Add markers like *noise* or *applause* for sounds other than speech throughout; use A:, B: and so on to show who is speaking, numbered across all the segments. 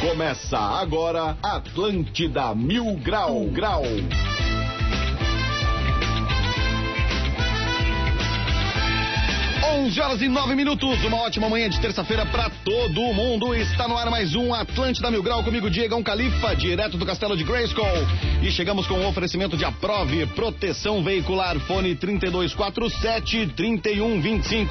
A: Começa agora Atlântida Mil Grau Grau. Onze horas e nove minutos, uma ótima manhã de terça-feira pra todo mundo. Está no ar mais um Atlântida Mil Grau comigo, Diegão Califa, direto do Castelo de Grayskull. E chegamos com o oferecimento de Aprove, proteção veicular, fone 3247-3125.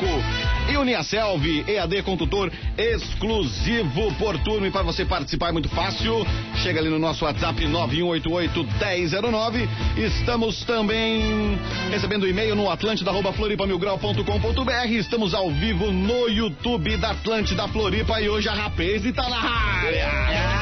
A: E Uniaselv, EAD com tutor exclusivo por turno. E para você participar é muito fácil, chega ali no nosso WhatsApp 9188-1009. Estamos também recebendo e-mail no atlântida.floripamilgrau.com.br. Estamos ao vivo no YouTube da Atlântida Floripa e hoje a Rapaz está na área.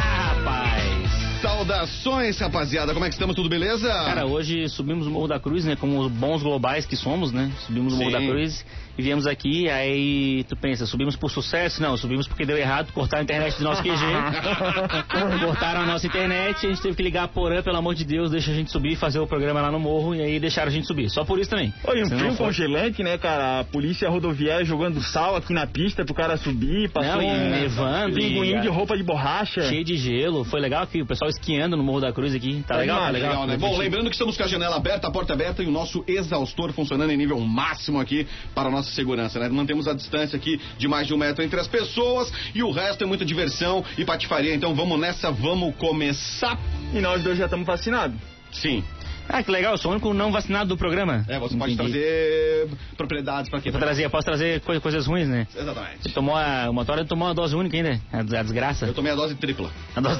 A: Saudações, rapaziada. Como é que estamos? Tudo beleza?
B: Cara, hoje subimos o Morro da Cruz, né? Como os bons globais que somos, né? Subimos o Morro
A: Sim.
B: da Cruz e viemos aqui, aí tu pensa, subimos por sucesso? Não, subimos porque deu errado, cortaram a internet do
A: *laughs*
B: nosso QG. cortaram a nossa internet, a gente teve que ligar a Porã, pelo amor de Deus, deixa a gente subir, fazer o programa lá no morro e aí deixaram a gente subir. Só por isso também.
C: Olha, um
B: Se não
C: frio
B: for-
C: congelante, né, cara? A polícia rodoviária jogando sal aqui na pista pro cara subir, passou
B: Não, e
C: um
B: nevando, e-
C: pinguim de roupa de borracha.
B: Cheio de gelo, foi legal aqui, o pessoal esquiando no Morro da Cruz aqui. Tá
C: Tá
B: legal, tá
C: demais,
B: legal.
A: Legal, né? Bom, lembrando que estamos com a janela aberta, a porta aberta e o nosso exaustor funcionando em nível máximo aqui para a nossa segurança, né? Mantemos a distância aqui de mais de um metro entre as pessoas e o resto é muita diversão e patifaria. Então vamos nessa, vamos começar.
C: E nós dois já estamos vacinados.
A: Sim.
B: Ah, que legal, eu sou o único não vacinado do programa.
A: É, você pode
B: Entendi.
A: trazer propriedades para quê?
B: Eu vou trazer, eu posso trazer coi- coisas ruins, né? Você
A: Exatamente.
B: tomou a, o motor tomou uma dose única ainda, a, des- a
A: Eu
B: desgraça.
A: tomei a dose tripla.
B: A *laughs* dose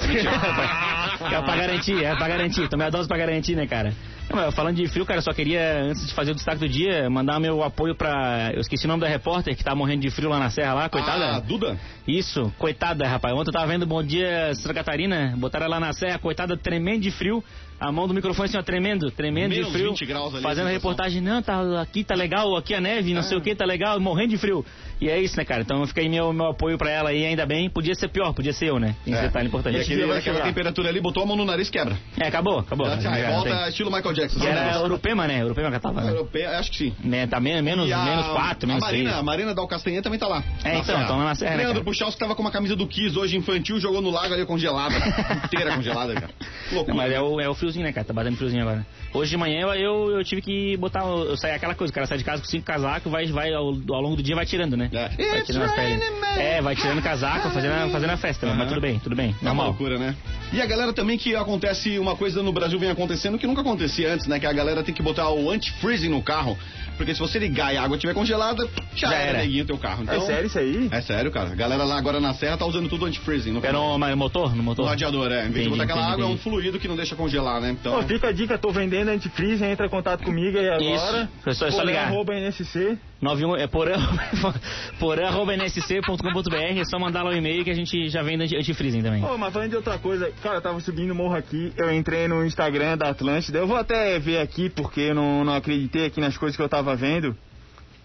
B: É pra garantir, é pra garantir. Tomei a dose pra garantir, né, cara? Não, mas falando de frio, cara, só queria, antes de fazer o destaque do dia, mandar meu apoio pra. Eu esqueci o nome da repórter que tá morrendo de frio lá na serra lá, coitada. né?
A: Ah, Duda?
B: Isso, coitada, rapaz. Ontem eu tava vendo Bom Dia Santa Catarina, botaram ela na serra, coitada, tremendo de frio. A mão do microfone assim, ó, tremendo, tremendo
A: Menos
B: de frio.
A: 20 graus ali, É.
B: fazendo
A: a sensação.
B: reportagem, não, tá, aqui tá legal, aqui a neve, não sei o que, tá legal, morrendo de frio. E é isso, né, cara? Então fica aí meu, meu apoio pra ela aí, ainda bem. Podia ser pior, podia ser eu, né? Tem esse
A: É. E
B: detalhe importante.
A: aquele,
C: vai
A: aquela
C: chegar.
A: temperatura ali, botou a mão no nariz quebra.
B: É, acabou, acabou.
A: Ah,
B: Já
A: volta
B: tem.
A: estilo Michael Jackson.
B: Que era
A: Né?
B: Urupema, né? Urupema que tava, né?
A: Europeia, acho que sim.
B: né? Tá men- menos,
A: E a-
B: menos 4, menos
A: a
B: 3.
A: Marina, a Marina Dal Castanha também tá lá.
B: É,
A: Na
B: então, tão lá na Serra, né,
A: Leandro
B: cara?
A: Puchalski tava com uma camisa do Kiss hoje infantil, jogou no lago ali congelada.
B: *laughs*
A: inteira congelada, cara. Loucura.
B: Não, mas é o, é o friozinho, né, cara? Tá batendo friozinho agora. Hoje de manhã eu, eu, eu tive que botar. o- Eu saí aquela coisa, o cara sai de casa com cinco casacos, vai, vai ao, ao longo do dia vai tirando, né?
A: É.
B: Vai
A: It's
B: tirando as peles.
A: raining men.
B: É, vai tirando casaco, fazendo, a- fazendo a festa, né?
A: Aham.
B: mas tudo bem, tudo
C: Tá
B: bem.
A: É uma
B: Normal.
A: loucura, né? E a galera também que acontece uma coisa no Brasil vem acontecendo que nunca acontecia antes, né? Que a galera tem que botar o anti-freezing no carro. Porque se você ligar e a água estiver congelada, já,
B: Já
A: era
B: era.
A: neguinho teu carro. Então,
C: é sério isso aí?
A: É sério, cara. A galera lá agora na serra tá usando tudo anti-freezing. No,
B: Era
A: no
B: um mas motor? No motor?
A: radiador, é. Em vez de
B: Entendi,
A: botar aquela
B: entendi,
A: água, é um
B: entendi.
A: fluido que não deixa congelar, né? Então.
C: Pô, fica a dica, tô vendendo antifreeze, entra em contato comigo aí agora.
B: Isso, é só- é só
C: Porã,
B: ligar.
C: Arroba NSC.
B: 91 é porã, *laughs* porã.nsc.com.br, é só mandar lá o e-mail que a gente já vende anti- antifreezing também.
C: Ô, mas falando de outra coisa, cara, eu tava subindo o morro aqui, eu entrei no Instagram da Atlântida. Eu vou até ver aqui, porque eu não, não acreditei aqui nas coisas que eu tava vendo.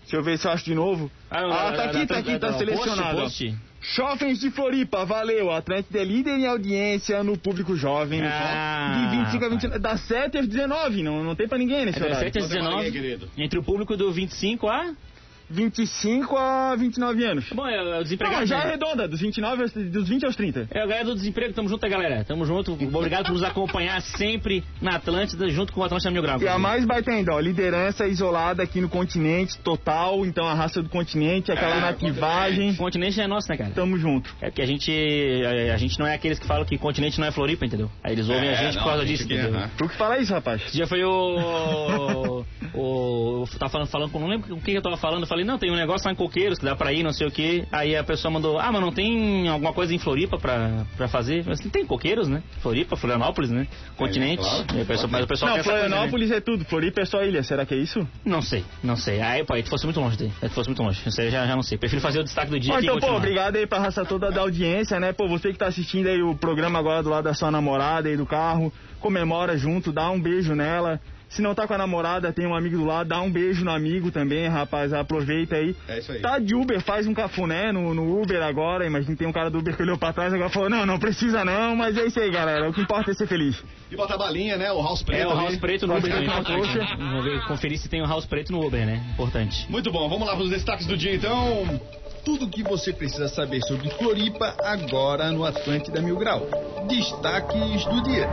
C: Deixa eu ver se eu acho de novo. Ah, tá aqui, tá aqui, tá selecionado. ó.
B: Post, post.
C: Jovens de Floripa, valeu. A Atlântida é líder em audiência no público jovem. no
B: Ah,
C: foco. de 25 a 29. Das 7 às 19, não, não tem pra ninguém nesse
B: É
C: horário.
B: 17 às
A: Manda pra ninguém,
B: 19,
A: querido.
B: entre o público do 25 a...
C: 25 a 29 anos.
B: Bom, é, é o
C: Não,
B: desempregado.
C: mas já
B: né?
C: arredonda, dos, 29 aos, dos 20 aos 30.
B: É a galera do desemprego, tamo junto, galera. Tamo junto. Obrigado por nos acompanhar sempre na Atlântida, junto com o Atlântida Mil Grau.
C: E a mais baita ainda, ó, liderança isolada aqui no continente, total, então a raça do continente, aquela
A: É,
B: O
C: nativagem,
B: continente é nosso, né, cara?
C: tamo junto.
B: É porque a gente, a, a gente não é aqueles que falam que continente não é Floripa, entendeu? Aí eles ouvem
A: É,
B: a gente
A: não,
B: por causa
A: a gente
B: disso,
A: que é,
B: entendeu?
A: né?
C: Tu que fala isso, rapaz.
B: Esse dia foi o. o, o tá falando, falando, com- não lembro o que que eu tava falando. Eu falei, não, tem um negócio lá em Coqueiros que dá pra ir, não sei o quê. Aí a pessoa mandou, ah, mas não tem alguma coisa em Floripa pra, pra fazer? Eu falei, assim, tem Coqueiros, né? Floripa, Florianópolis, né? Continente.
A: É, claro.
B: E a pessoa- mas o pessoal quer
C: Não,
B: essa coisa, né?
C: Florianópolis é tudo, Floripa é só ilha, será que é isso?
B: Não sei, não sei. Ah, Aí, pô, aí tu fosse muito longe daí. Aí tu fosse muito longe. Isso aí eu já, já não sei. Prefiro fazer o destaque do dia
C: Ó,
B: aqui e
C: então, pô,
B: continuar.
C: obrigado aí pra raça toda da audiência, né? Pô, você que tá assistindo aí o programa agora do lado da sua namorada aí do carro, comemora junto, dá um beijo nela. Se não tá com a namorada, tem um amigo do lado, dá um beijo no amigo também, rapaz, aproveita aí.
A: É isso aí.
C: Tá de Uber, faz um cafuné no, no Uber agora, imagina tem um cara do Uber que olhou pra trás e agora falou, não, não precisa não, mas é isso aí, galera, o que importa é ser feliz.
A: E botar balinha, né? O House Preto.
B: É o
A: ali.
B: House Preto no Uber também.
C: Tá
B: importante.
C: trouxa.
B: Vamos ver, conferir se tem o House Preto no Uber, né? Importante.
A: Muito bom, vamos lá para os destaques do dia então.
D: Tudo o que você precisa saber sobre Floripa agora no Atlântida Mil Grau. Destaques do dia.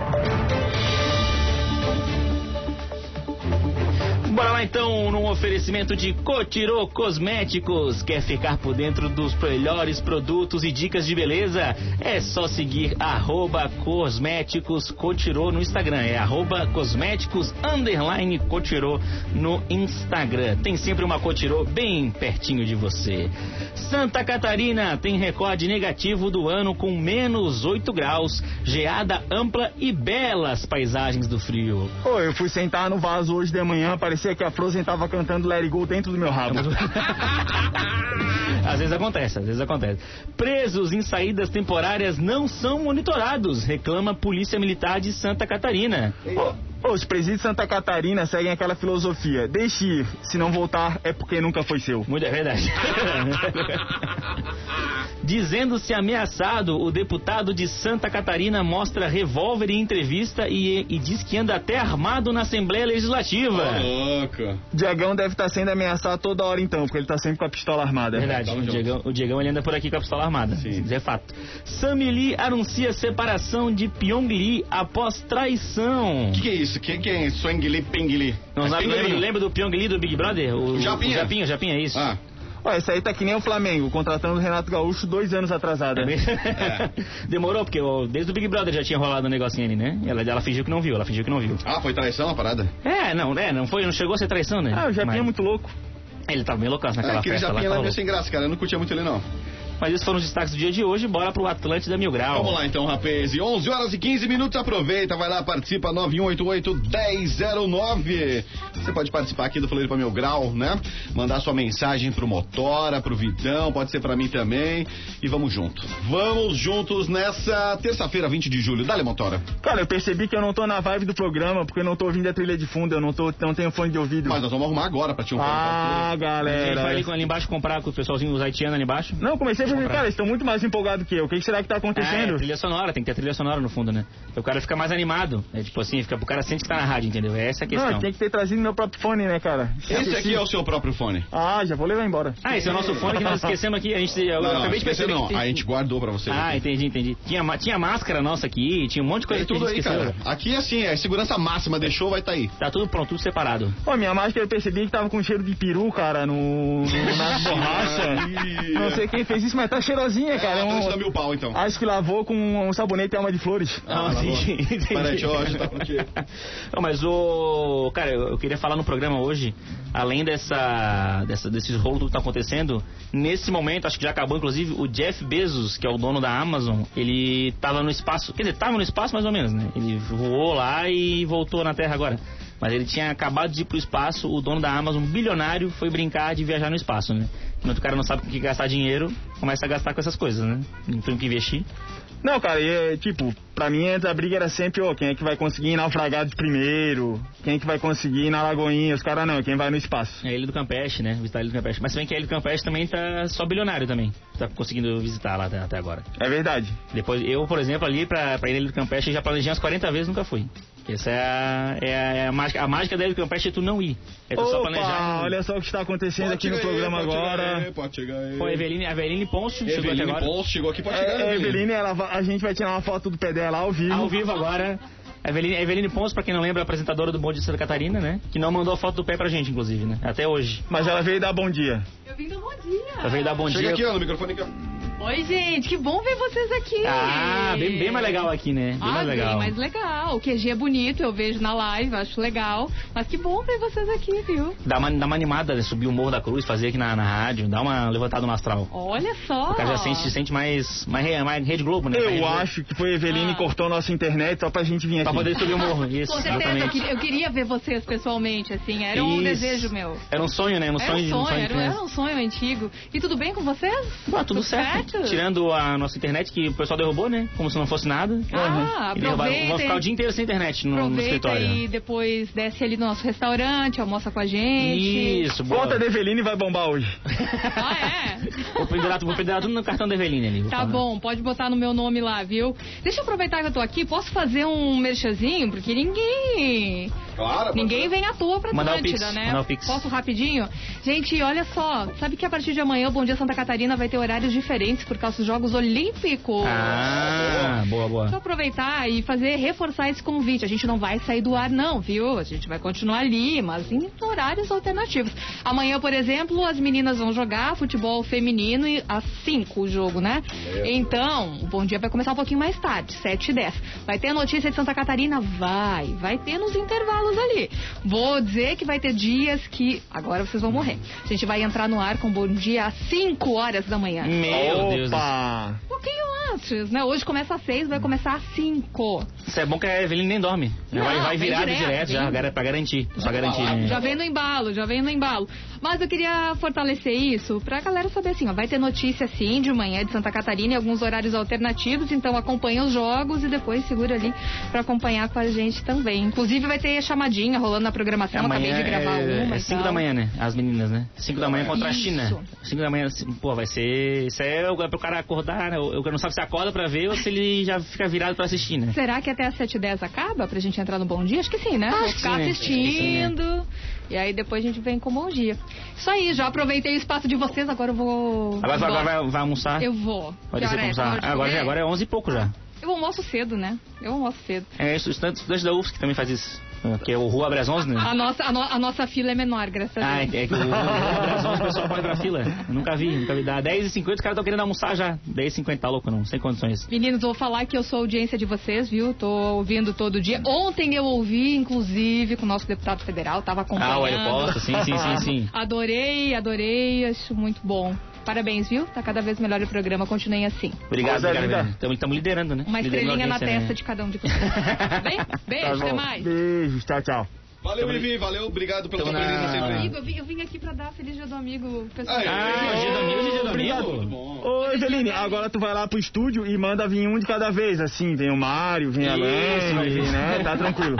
B: Bora lá então num oferecimento de Cotiro Cosméticos. Quer ficar por dentro dos melhores produtos e dicas de beleza? É só seguir arroba Cosméticos Cotiro no Instagram. É arroba Cosméticos underline Cotiro no Instagram. Tem sempre uma Cotiro bem pertinho de você. Santa Catarina tem recorde negativo do ano com menos 8 graus, geada ampla e belas paisagens do frio.
C: Pô, eu fui sentar no vaso hoje de manhã, parecia que a Frozen tava cantando Let It Go dentro do meu rabo.
B: Às vezes acontece, às vezes acontece. Presos em saídas temporárias não são monitorados, reclama Polícia Militar de Santa Catarina.
C: Ô, Os presídios de Santa Catarina seguem aquela filosofia: deixe ir, se não voltar é porque nunca foi seu.
B: Muito é verdade. Dizendo-se ameaçado, o deputado de Santa Catarina mostra revólver em entrevista e, e diz que anda até armado na Assembleia Legislativa.
A: Louco.
C: Diagão deve estar sendo ameaçado toda hora então, porque ele tá sempre com a pistola armada.
B: É Verdade,
A: Tamo
B: o
A: junto.
B: Diegão, o Diegão, ele anda por aqui com a pistola armada.
A: Sim.
B: Isso é fato. Sammy Lee anuncia separação de Pyong Lee após traição.
A: O que, que é isso? Quem que é Swangli Pengli?
B: Não,
A: É
B: sabe, lembra,
A: pinguim.
B: lembra do Pyong Lee do Big Brother? O,
A: Japinha.
B: O Japinha, o Japinha, isso.
A: Ah,
C: Ué, isso aí tá que nem o Flamengo, contratando o Renato Gaúcho dois anos atrasado.
B: Também- É.
C: *laughs*
B: Demorou, porque ó, desde o Big Brother já tinha rolado um negocinho ali, né? Ela, ela fingiu que não viu, ela fingiu que não viu.
A: ah, foi traição a parada?
B: É, não, né? Não foi, não chegou a ser traição, né?
C: Ah, o Japinha
B: Mas-
C: é muito louco.
B: Ele tava meio loucaço
A: Ah,
B: naquela
A: aquele
B: festa lá.
A: Japinha lá é meio
B: tava
D: né?
B: louco.
A: sem graça, cara. Eu não curtia muito ele, não.
C: assim.
B: Mas esses foram os destaques do dia de hoje, bora pro Atlântida Mil Grau.
A: Vamos lá então, rapaz. E 11 horas e 15 minutos, aproveita, vai lá, participa 9188-1009. Você pode participar aqui do Floripa Meu Grau, né? Mandar sua mensagem pro Motora, pro Vitão, pode ser pra mim também. E vamos junto. Vamos juntos nessa terça-feira, 20 de julho. Dale, Motora.
C: Cara, eu percebi que eu não tô na vibe do programa, porque eu não tô ouvindo a trilha de fundo, eu não, tô, não tenho fone de ouvido.
A: Mas nós vamos arrumar agora pra ti um
C: Ah,
B: Ele foi ali,
C: galera.
B: com- ali embaixo comprar com o pessoalzinho, os haitianos ali embaixo.
C: Não, comecei a perceber, cara, eles estão muito mais empolgados que eu. O que que será que tá
B: É,
C: acontecendo?
B: trilha sonora, tem que ter trilha sonora no fundo, né? O cara fica mais animado. É tipo assim, fica, o cara sente que tá na rádio, entendeu? Essa é a questão.
C: Não, tem que ter trazido meu próprio fone, né, cara?
A: Esse aqui
C: Esqueci.
A: é o seu próprio fone.
C: Ah, já vou levar embora.
B: Ah, esse é o nosso fone que nós esquecemos aqui. A gente,
A: Não,
B: eu
A: não,
B: acabei de
A: esqueceu
B: perceber
A: não.
B: que tem-
A: A gente guardou pra você.
B: Ah, entendi, entendi. Tinha, ma- tinha máscara nossa aqui, tinha um monte de coisa
A: Tem
B: que a
A: tudo
B: gente
A: aí,
B: esqueceu.
A: cara. Aqui assim, é segurança máxima, deixou, vai tá aí.
B: Tá tudo pronto, tudo separado.
C: Pô, minha máscara eu percebi que tava com cheiro de peru, cara, no, no- na borracha.
A: né?
C: Não sei quem fez isso, mas tá cheirosinha, cara. É
A: É,
C: um-
A: um... mil pau, então.
C: acho que lavou com um sabonete e alma de flores.
A: Ah,
B: Ah,
A: tá bom.
B: entendi, entendi.
A: Para, deixa eu ajudar contigo.
B: Não, mas o. Cara, eu, eu queria falar no programa hoje, além dessa, dessa desses rolos tudo que tá acontecendo, nesse momento, acho que já acabou, inclusive, o Jeff Bezos, que é o dono da Amazon, ele tava no espaço. Quer dizer, tava no espaço mais ou menos, né? Ele voou lá e voltou na Terra agora. Mas ele tinha acabado de ir pro espaço, o dono da Amazon, bilionário, foi brincar de viajar no espaço, né? Quando o cara não sabe com o que gastar dinheiro, começa a gastar com essas coisas, né? Não tem o que investir.
C: Não, cara, e, é, tipo, pra mim antes a briga era sempre, ô, quem é que vai conseguir ir naufragado de primeiro? Quem é que vai conseguir ir na Lagoinha? Os caras não, quem vai no espaço.
B: É ele do Campeche, né? Visitar ele do Campeche. Mas se bem que ele do Campeche também tá só bilionário também. Tá conseguindo visitar lá até, até agora.
C: É verdade.
B: Depois, eu, por exemplo, ali pra, pra ele do Campeche já planejei umas 40 vezes e nunca fui. Essa é a, é a, é a mágica. A mágica da ilha do Campeche é tu não ir. É tu só planejar.
C: Opa, olha só o que está acontecendo aqui no programa agora.
A: Pode chegar aí.
B: Pô, a Eveline, a Eveline Ponce chegou até
A: Eveline
B: agora.
A: Ponce chegou aqui, pode chegar,
C: É, é,
A: né, Eveline?
C: Eveline, ela va- a gente vai tirar uma foto do pé dela ao vivo.
B: Ao vivo agora. A Eveline, a Eveline Ponce, pra quem não lembra, é apresentadora do Bom Dia Santa Catarina, né? Que não mandou a foto do pé pra gente, inclusive, né? Até hoje.
C: Mas ela veio dar bom dia.
E: Eu vim do Bom Dia.
B: Ela veio dar bom
A: Chega
B: dia.
A: aqui, ó, no microfone. aqui, ó.
E: Oi, gente, que bom ver vocês aqui.
B: Ah, bem, bem mais legal aqui, né? Bem
E: Ah,
B: mais legal.
E: bem mais legal. O QG é bonito, eu vejo na live, acho legal. Mas que bom ver vocês aqui, viu?
B: Dá uma, dá uma animada, né? Subir o Morro da Cruz, fazer aqui na, na rádio, dá uma levantada no astral.
E: Olha só.
B: O cara já sente, sente mais, mais, re- mais Rede Globo, né? Mais Rede
C: Eu
B: Globo.
C: acho que foi a Eveline
E: Ah.
C: que cortou nossa internet só pra gente vir aqui.
B: Pra poder subir o morro, isso,
E: Com certeza, eu
B: exatamente.
E: queria, eu queria ver vocês pessoalmente, assim. Era um
B: Isso.
E: desejo meu.
B: Era um sonho, né? Um
E: Era
B: sonho
E: um
B: de um
E: sonho,
B: sonho
E: era,
B: de
E: era
B: criança.
E: um sonho antigo. E tudo bem com vocês?
B: Pô, tudo certo. Tirando a nossa internet, que o pessoal derrubou, né? Como se não fosse nada. Uhum.
E: Ah,
B: E derrubaram. Vou ficar o
E: aproveitem.
B: dia inteiro sem internet no, no
E: Aproveita
B: escritório.
E: e depois desce ali no nosso restaurante, almoça com a gente.
B: Isso, boa.
C: Conta da Eveline vai bombar hoje.
E: Ah, é?
B: *laughs* Vou pendurar, vou pendurar tudo no cartão da Eveline ali. vou
E: Tá
B: falar.
E: bom, pode botar no meu nome lá, viu? Deixa eu aproveitar que eu tô aqui, posso fazer um merchazinho? Porque ninguém
A: Claro.
E: Ninguém vem à toa pra
B: Mandar o
E: Atlântida,
B: Pix,
E: né?
B: mandar o Pix.
E: Posso rapidinho? Gente, olha só, sabe que a partir de amanhã o Bom Dia Santa Catarina vai ter horários diferentes por causa dos Jogos Olímpicos.
B: Ah, boa,
E: Deixa eu
B: boa.
E: aproveitar e fazer, reforçar esse convite. A gente não vai sair do ar, não, viu? A gente vai continuar ali, mas em horários alternativos. Amanhã, por exemplo, as meninas vão jogar futebol feminino e às 5 o jogo, né? Então, o Bom Dia vai começar um pouquinho mais tarde, 7 e 10. Vai ter notícia de Santa Catarina? Vai. Vai ter nos intervalos ali. Vou dizer que vai ter dias que... Agora vocês vão morrer. A gente vai entrar no ar com o Bom Dia às 5 horas da manhã.
C: Hum.
B: Meu Deus. do céu.
C: Opa!
E: Um pouquinho antes, né? Hoje começa às 6, vai começar às 5.
B: Isso é bom que a Evelyn nem dorme.
E: Não,
B: vai vai
E: vem
B: virada
E: direto,
B: direto, já,
E: vem.
B: gar- pra garantir. Só garantir. né?
E: Já vem no embalo, já vem no embalo. Mas eu queria fortalecer isso pra galera saber assim, ó, vai ter notícia sim de manhã de Santa Catarina em alguns horários alternativos, então acompanha os jogos e depois segura ali pra acompanhar com a gente também. Inclusive vai ter chamadinha rolando na programação, eu acabei de gravar
B: é,
E: uma.
B: é
E: e
B: 5
E: tal.
B: da manhã, né? As meninas, né? 5 da manhã contra a
E: Isso.
B: China. 5 da manhã, assim, pô, vai ser. Isso aí é o- é pro cara acordar, né? O o cara não sabe se acorda pra ver ou se ele já fica virado pra assistir, né?
E: Será que até às 7h10 acaba pra gente entrar no Bom Dia? Acho que sim, né? Vou
B: que
E: ficar
B: sim, né? Acho que sim, né?
E: assistindo. E aí depois a gente vem com o Bom Dia. Isso aí, já aproveitei o espaço de vocês, agora eu vou.
B: Agora, vai-
E: embora.
B: agora vai, vai almoçar?
E: Eu vou.
B: Pode
E: Que
B: ser
E: hora é? Tá na hora
B: almoçar.
E: de
B: Agora,
E: comer?
B: já- agora é 11 e pouco já.
E: Eu almoço cedo, né? Eu almoço cedo.
B: É isso, estudante, estudante da UFSC que também faz isso. É, Que é o Rua abre às 11, né?
E: A nossa, a, no- a nossa fila é menor, graças a
B: Ah, é
E: Deus.
B: que o o pessoal pode ir pra fila. Eu nunca vi, nunca vi. Dá 10h50, os caras estão querendo almoçar já. 10h50, tá louco não, sem condições.
E: Meninos, vou falar que eu sou audiência de vocês, viu? Tô ouvindo todo dia. Ontem eu ouvi, inclusive, com o nosso deputado federal, tava acompanhando.
B: Ah, o aeroporto, sim, sim, sim, sim.
E: Adorei, adorei, acho muito bom. Parabéns, viu? Tá cada vez melhor o programa, continuem assim.
B: Obrigado,
C: Coisa linda.
B: obrigado. Estamos liderando, né? Liderando
E: Uma
B: a
E: estrelinha na
B: audiência,
E: testa
B: né?
E: de cada um de
B: *laughs*
E: vocês. Bem, beijo,
B: Tá bom.
E: até mais.
C: Beijos, tchau, tchau.
A: Valeu, Vivi, valeu, obrigado pela
B: Tamo
A: tua
B: na-
A: presença sempre.
E: Amigo, eu vim, eu vim aqui pra dar feliz dia do amigo, pessoal.
A: Ah, é.
B: Ah, hoje é domingo, hoje é domingo.
A: Tudo bom.
C: Ô, Eveline, agora tu vai lá pro estúdio e manda vir um de cada vez, assim, vem o Mário, vem a
B: Isso, vai
C: Lene,
B: vir.
C: né? Tá tranquilo.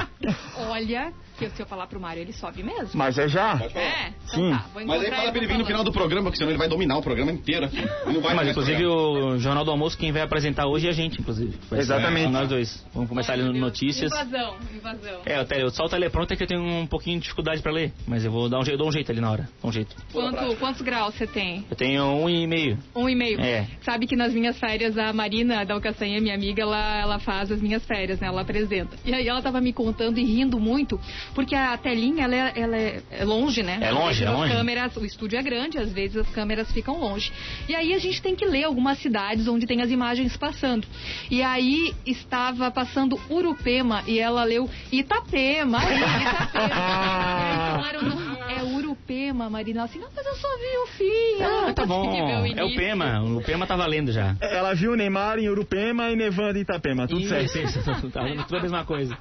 E: Olha, que se eu falar pro Mário, ele sobe mesmo.
C: Mas é já.
A: Pode falar.
E: É, então
C: Sim.
E: tá. Vou
A: Mas aí
E: encontrar
A: fala
E: ele
A: pra ele
E: pra
A: vir no
E: falar.
A: final do programa, porque senão ele vai dominar o programa inteiro aqui. Ele Não vai
B: Mas,
A: mais
B: inclusive,
A: programa.
B: o Jornal do Almoço, quem vai apresentar hoje é a gente, inclusive. Vai ser
C: Exatamente.
B: Nós dois. Vamos começar ali no
E: Meu Deus,
B: Notícias.
E: Invasão, invasão.
B: É, o tele, só o teleprompter que eu tenho um pouquinho de dificuldade pra ler, mas eu vou dar um jeito, eu dou um jeito ali na hora. Dou um jeito.
E: Quanto, quantos graus você tem?
B: Eu tenho um e meio.
E: Um e meio.
B: É.
E: Sabe que nas minhas férias, a Marina da Alcaçanha, minha amiga, ela, ela faz as minhas férias, né? Ela apresenta. E aí ela tava me contando e rindo muito, porque a telinha, ela, é- ela é, é longe, né?
B: É longe, é
E: As
B: longe.
E: câmeras, o estúdio é grande, às vezes as câmeras ficam longe. E aí a gente tem que ler algumas cidades onde tem as imagens passando. E aí estava passando Urupema e ela leu Itapema. aí,
B: *laughs*
E: Itapema. e aí falaram, não, é Urupema, Marina. Ela assim, não, mas eu só vi o fim. eu não
B: tá
E: consegui ver
B: bom. É o
E: início."
B: Pema. O Pema tá valendo já.
C: Ela viu o Neymar em Urupema e Nevando em Itapema, tudo
B: Isso,
C: certo.
E: *laughs*
B: isso, isso. Tá vendo tudo a mesma coisa.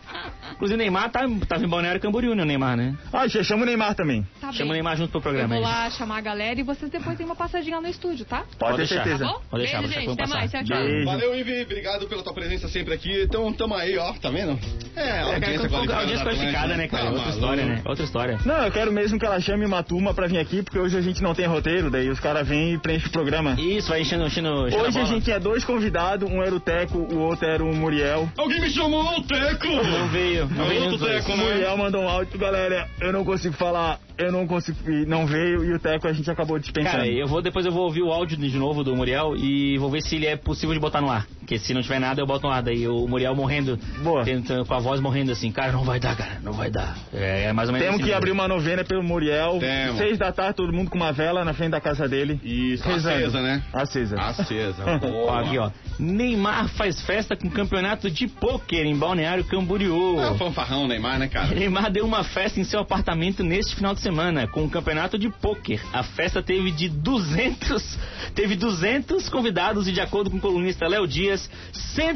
B: Inclusive, o Neymar tá, tava em Balneário Camboriú, né? O Neymar, né?
C: Ah, já chama o Neymar também.
E: Tá
B: Chama o
E: bem.
B: Neymar junto pro
E: Eu
B: programa.
E: vou
B: é isso.
E: lá chamar a galera e vocês depois têm uma passadinha lá no estúdio, tá?
C: Pode, ter
B: deixar.
C: certeza.
E: Tá bom?
B: Pode deixar,
E: Beijo,
B: vou deixar,
E: gente.
B: vamos
E: Até
B: passar.
E: mais. Tchau, tchau.
C: Beijo.
A: Valeu, Ivi, obrigado pela tua presença sempre aqui. Então, tamo aí, ó, tá vendo? É,
B: É, cara,
A: audiência
B: quando for-
A: qualificada.
B: audiência
A: da
B: qualificada,
A: Atlântida.
B: né, cara?
A: Tá
B: Outra
A: maluco.
B: história, né? Outra história.
C: Não, eu quero mesmo que ela chame uma turma pra vir aqui, porque hoje a gente não tem roteiro, daí os caras vêm e preenchem o programa.
B: Isso, vai enchendo, enchendo, enchendo
C: Hoje a
B: bola.
C: gente tinha dois convidados, um era o Teco, o outro era o Muriel.
A: Alguém me chamou, o Teco!
B: Não veio, não veio
A: Garoto
B: nenhum dos dois.
A: Teco,
C: O
A: né?
C: Muriel mandou um áudio, galera, eu não consigo falar, eu não consigo, e não veio, e o Teco a gente acabou dispensando.
B: Cara, eu vou depois eu vou ouvir o áudio de novo do Muriel e vou ver se ele é possível de botar no ar. Porque se não tiver nada, eu boto no ar. Daí o Muriel morrendo,
C: Boa.
B: tentando, com a voz morrendo assim, cara, não vai dar, cara, não vai dar. É, é mais ou menos
C: Temos
B: assim,
C: que
B: né?
C: abrir uma novena pelo Muriel.
A: Temos.
C: Seis da tarde, todo mundo com uma vela na frente da casa dele.
A: Isso,
C: Rezando.
A: acesa, né?
C: Acesa.
A: Acesa,
B: Ó,
A: boa.
B: aqui, ó. Neymar faz festa com campeonato de pôquer em Balneário Camboriú.
A: É um fanfarrão, Neymar, né, cara?
B: Neymar deu uma festa em seu apartamento neste final de semana com um campeonato de pôquer. A festa teve de 200, teve 200 convidados e de acordo com o colunista Léo Dias,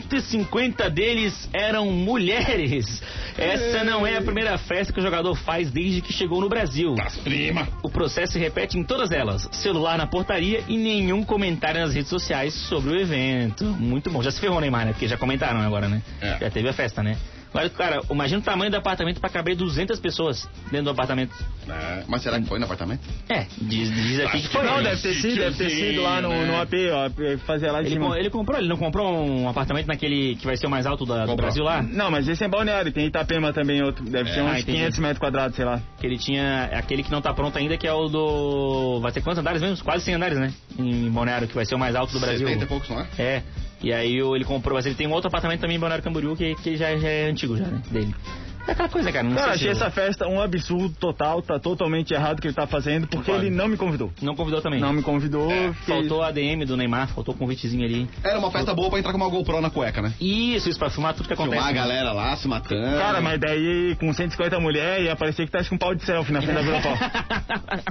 B: 150 deles eram mulheres. Essa não é a primeira festa que o jogador faz desde que chegou no Brasil.
A: Das prima.
B: O processo se repete em todas elas. Celular na portaria e nenhum comentário nas redes sociais sobre o evento. Muito bom. Já se ferrou, Neymar, né? Porque já comentaram agora, né?
A: É.
B: Já teve a festa, né? Mas, cara, imagina o tamanho do apartamento pra caber 200 pessoas dentro do apartamento.
A: É, mas será que foi no apartamento?
B: É, diz, diz aqui que foi.
C: Não, deve ter sido, deve ter sido lá no, no AP, ó, fazer lá de
B: Ele,
C: cima.
B: com- ele comprou, ele não comprou um apartamento naquele que vai ser o mais alto da- do
A: Comprou.
B: Brasil lá?
C: Não, mas esse é em Balneário, tem Itapema também outro, deve ser
B: ah,
C: uns
B: entendi.
C: 500 metros quadrados, sei lá.
B: Que ele tinha aquele que não tá pronto ainda, que é o do. Vai ter quantos andares mesmo? Quase 100 andares, né? Em Balneário, que vai ser o mais alto do Brasil.
A: 70 e poucos, não é?
B: É. E aí o- ele comprou, mas ele tem um outro apartamento também em Balneário Camboriú, que, que já, já é antigo já, né? Dele. É aquela coisa, cara. Não
C: Cara,
B: sei
C: achei
B: se eu-
C: essa festa um absurdo total, tá totalmente errado o que ele tá fazendo, porque
B: Concordo.
C: ele não me convidou.
B: Não convidou também.
C: Não me convidou, fiquei-
B: Faltou a ADM do Neymar, faltou o convitezinho ali.
A: Era uma festa boa pra entrar com uma GoPro na cueca, né?
B: Isso, isso, pra filmar tudo que acontece.
A: Filmar a
B: né?
A: galera lá se matando.
C: Cara, mas daí com 150 mulheres ia parecer que tá com um pau de selfie na frente da Europa.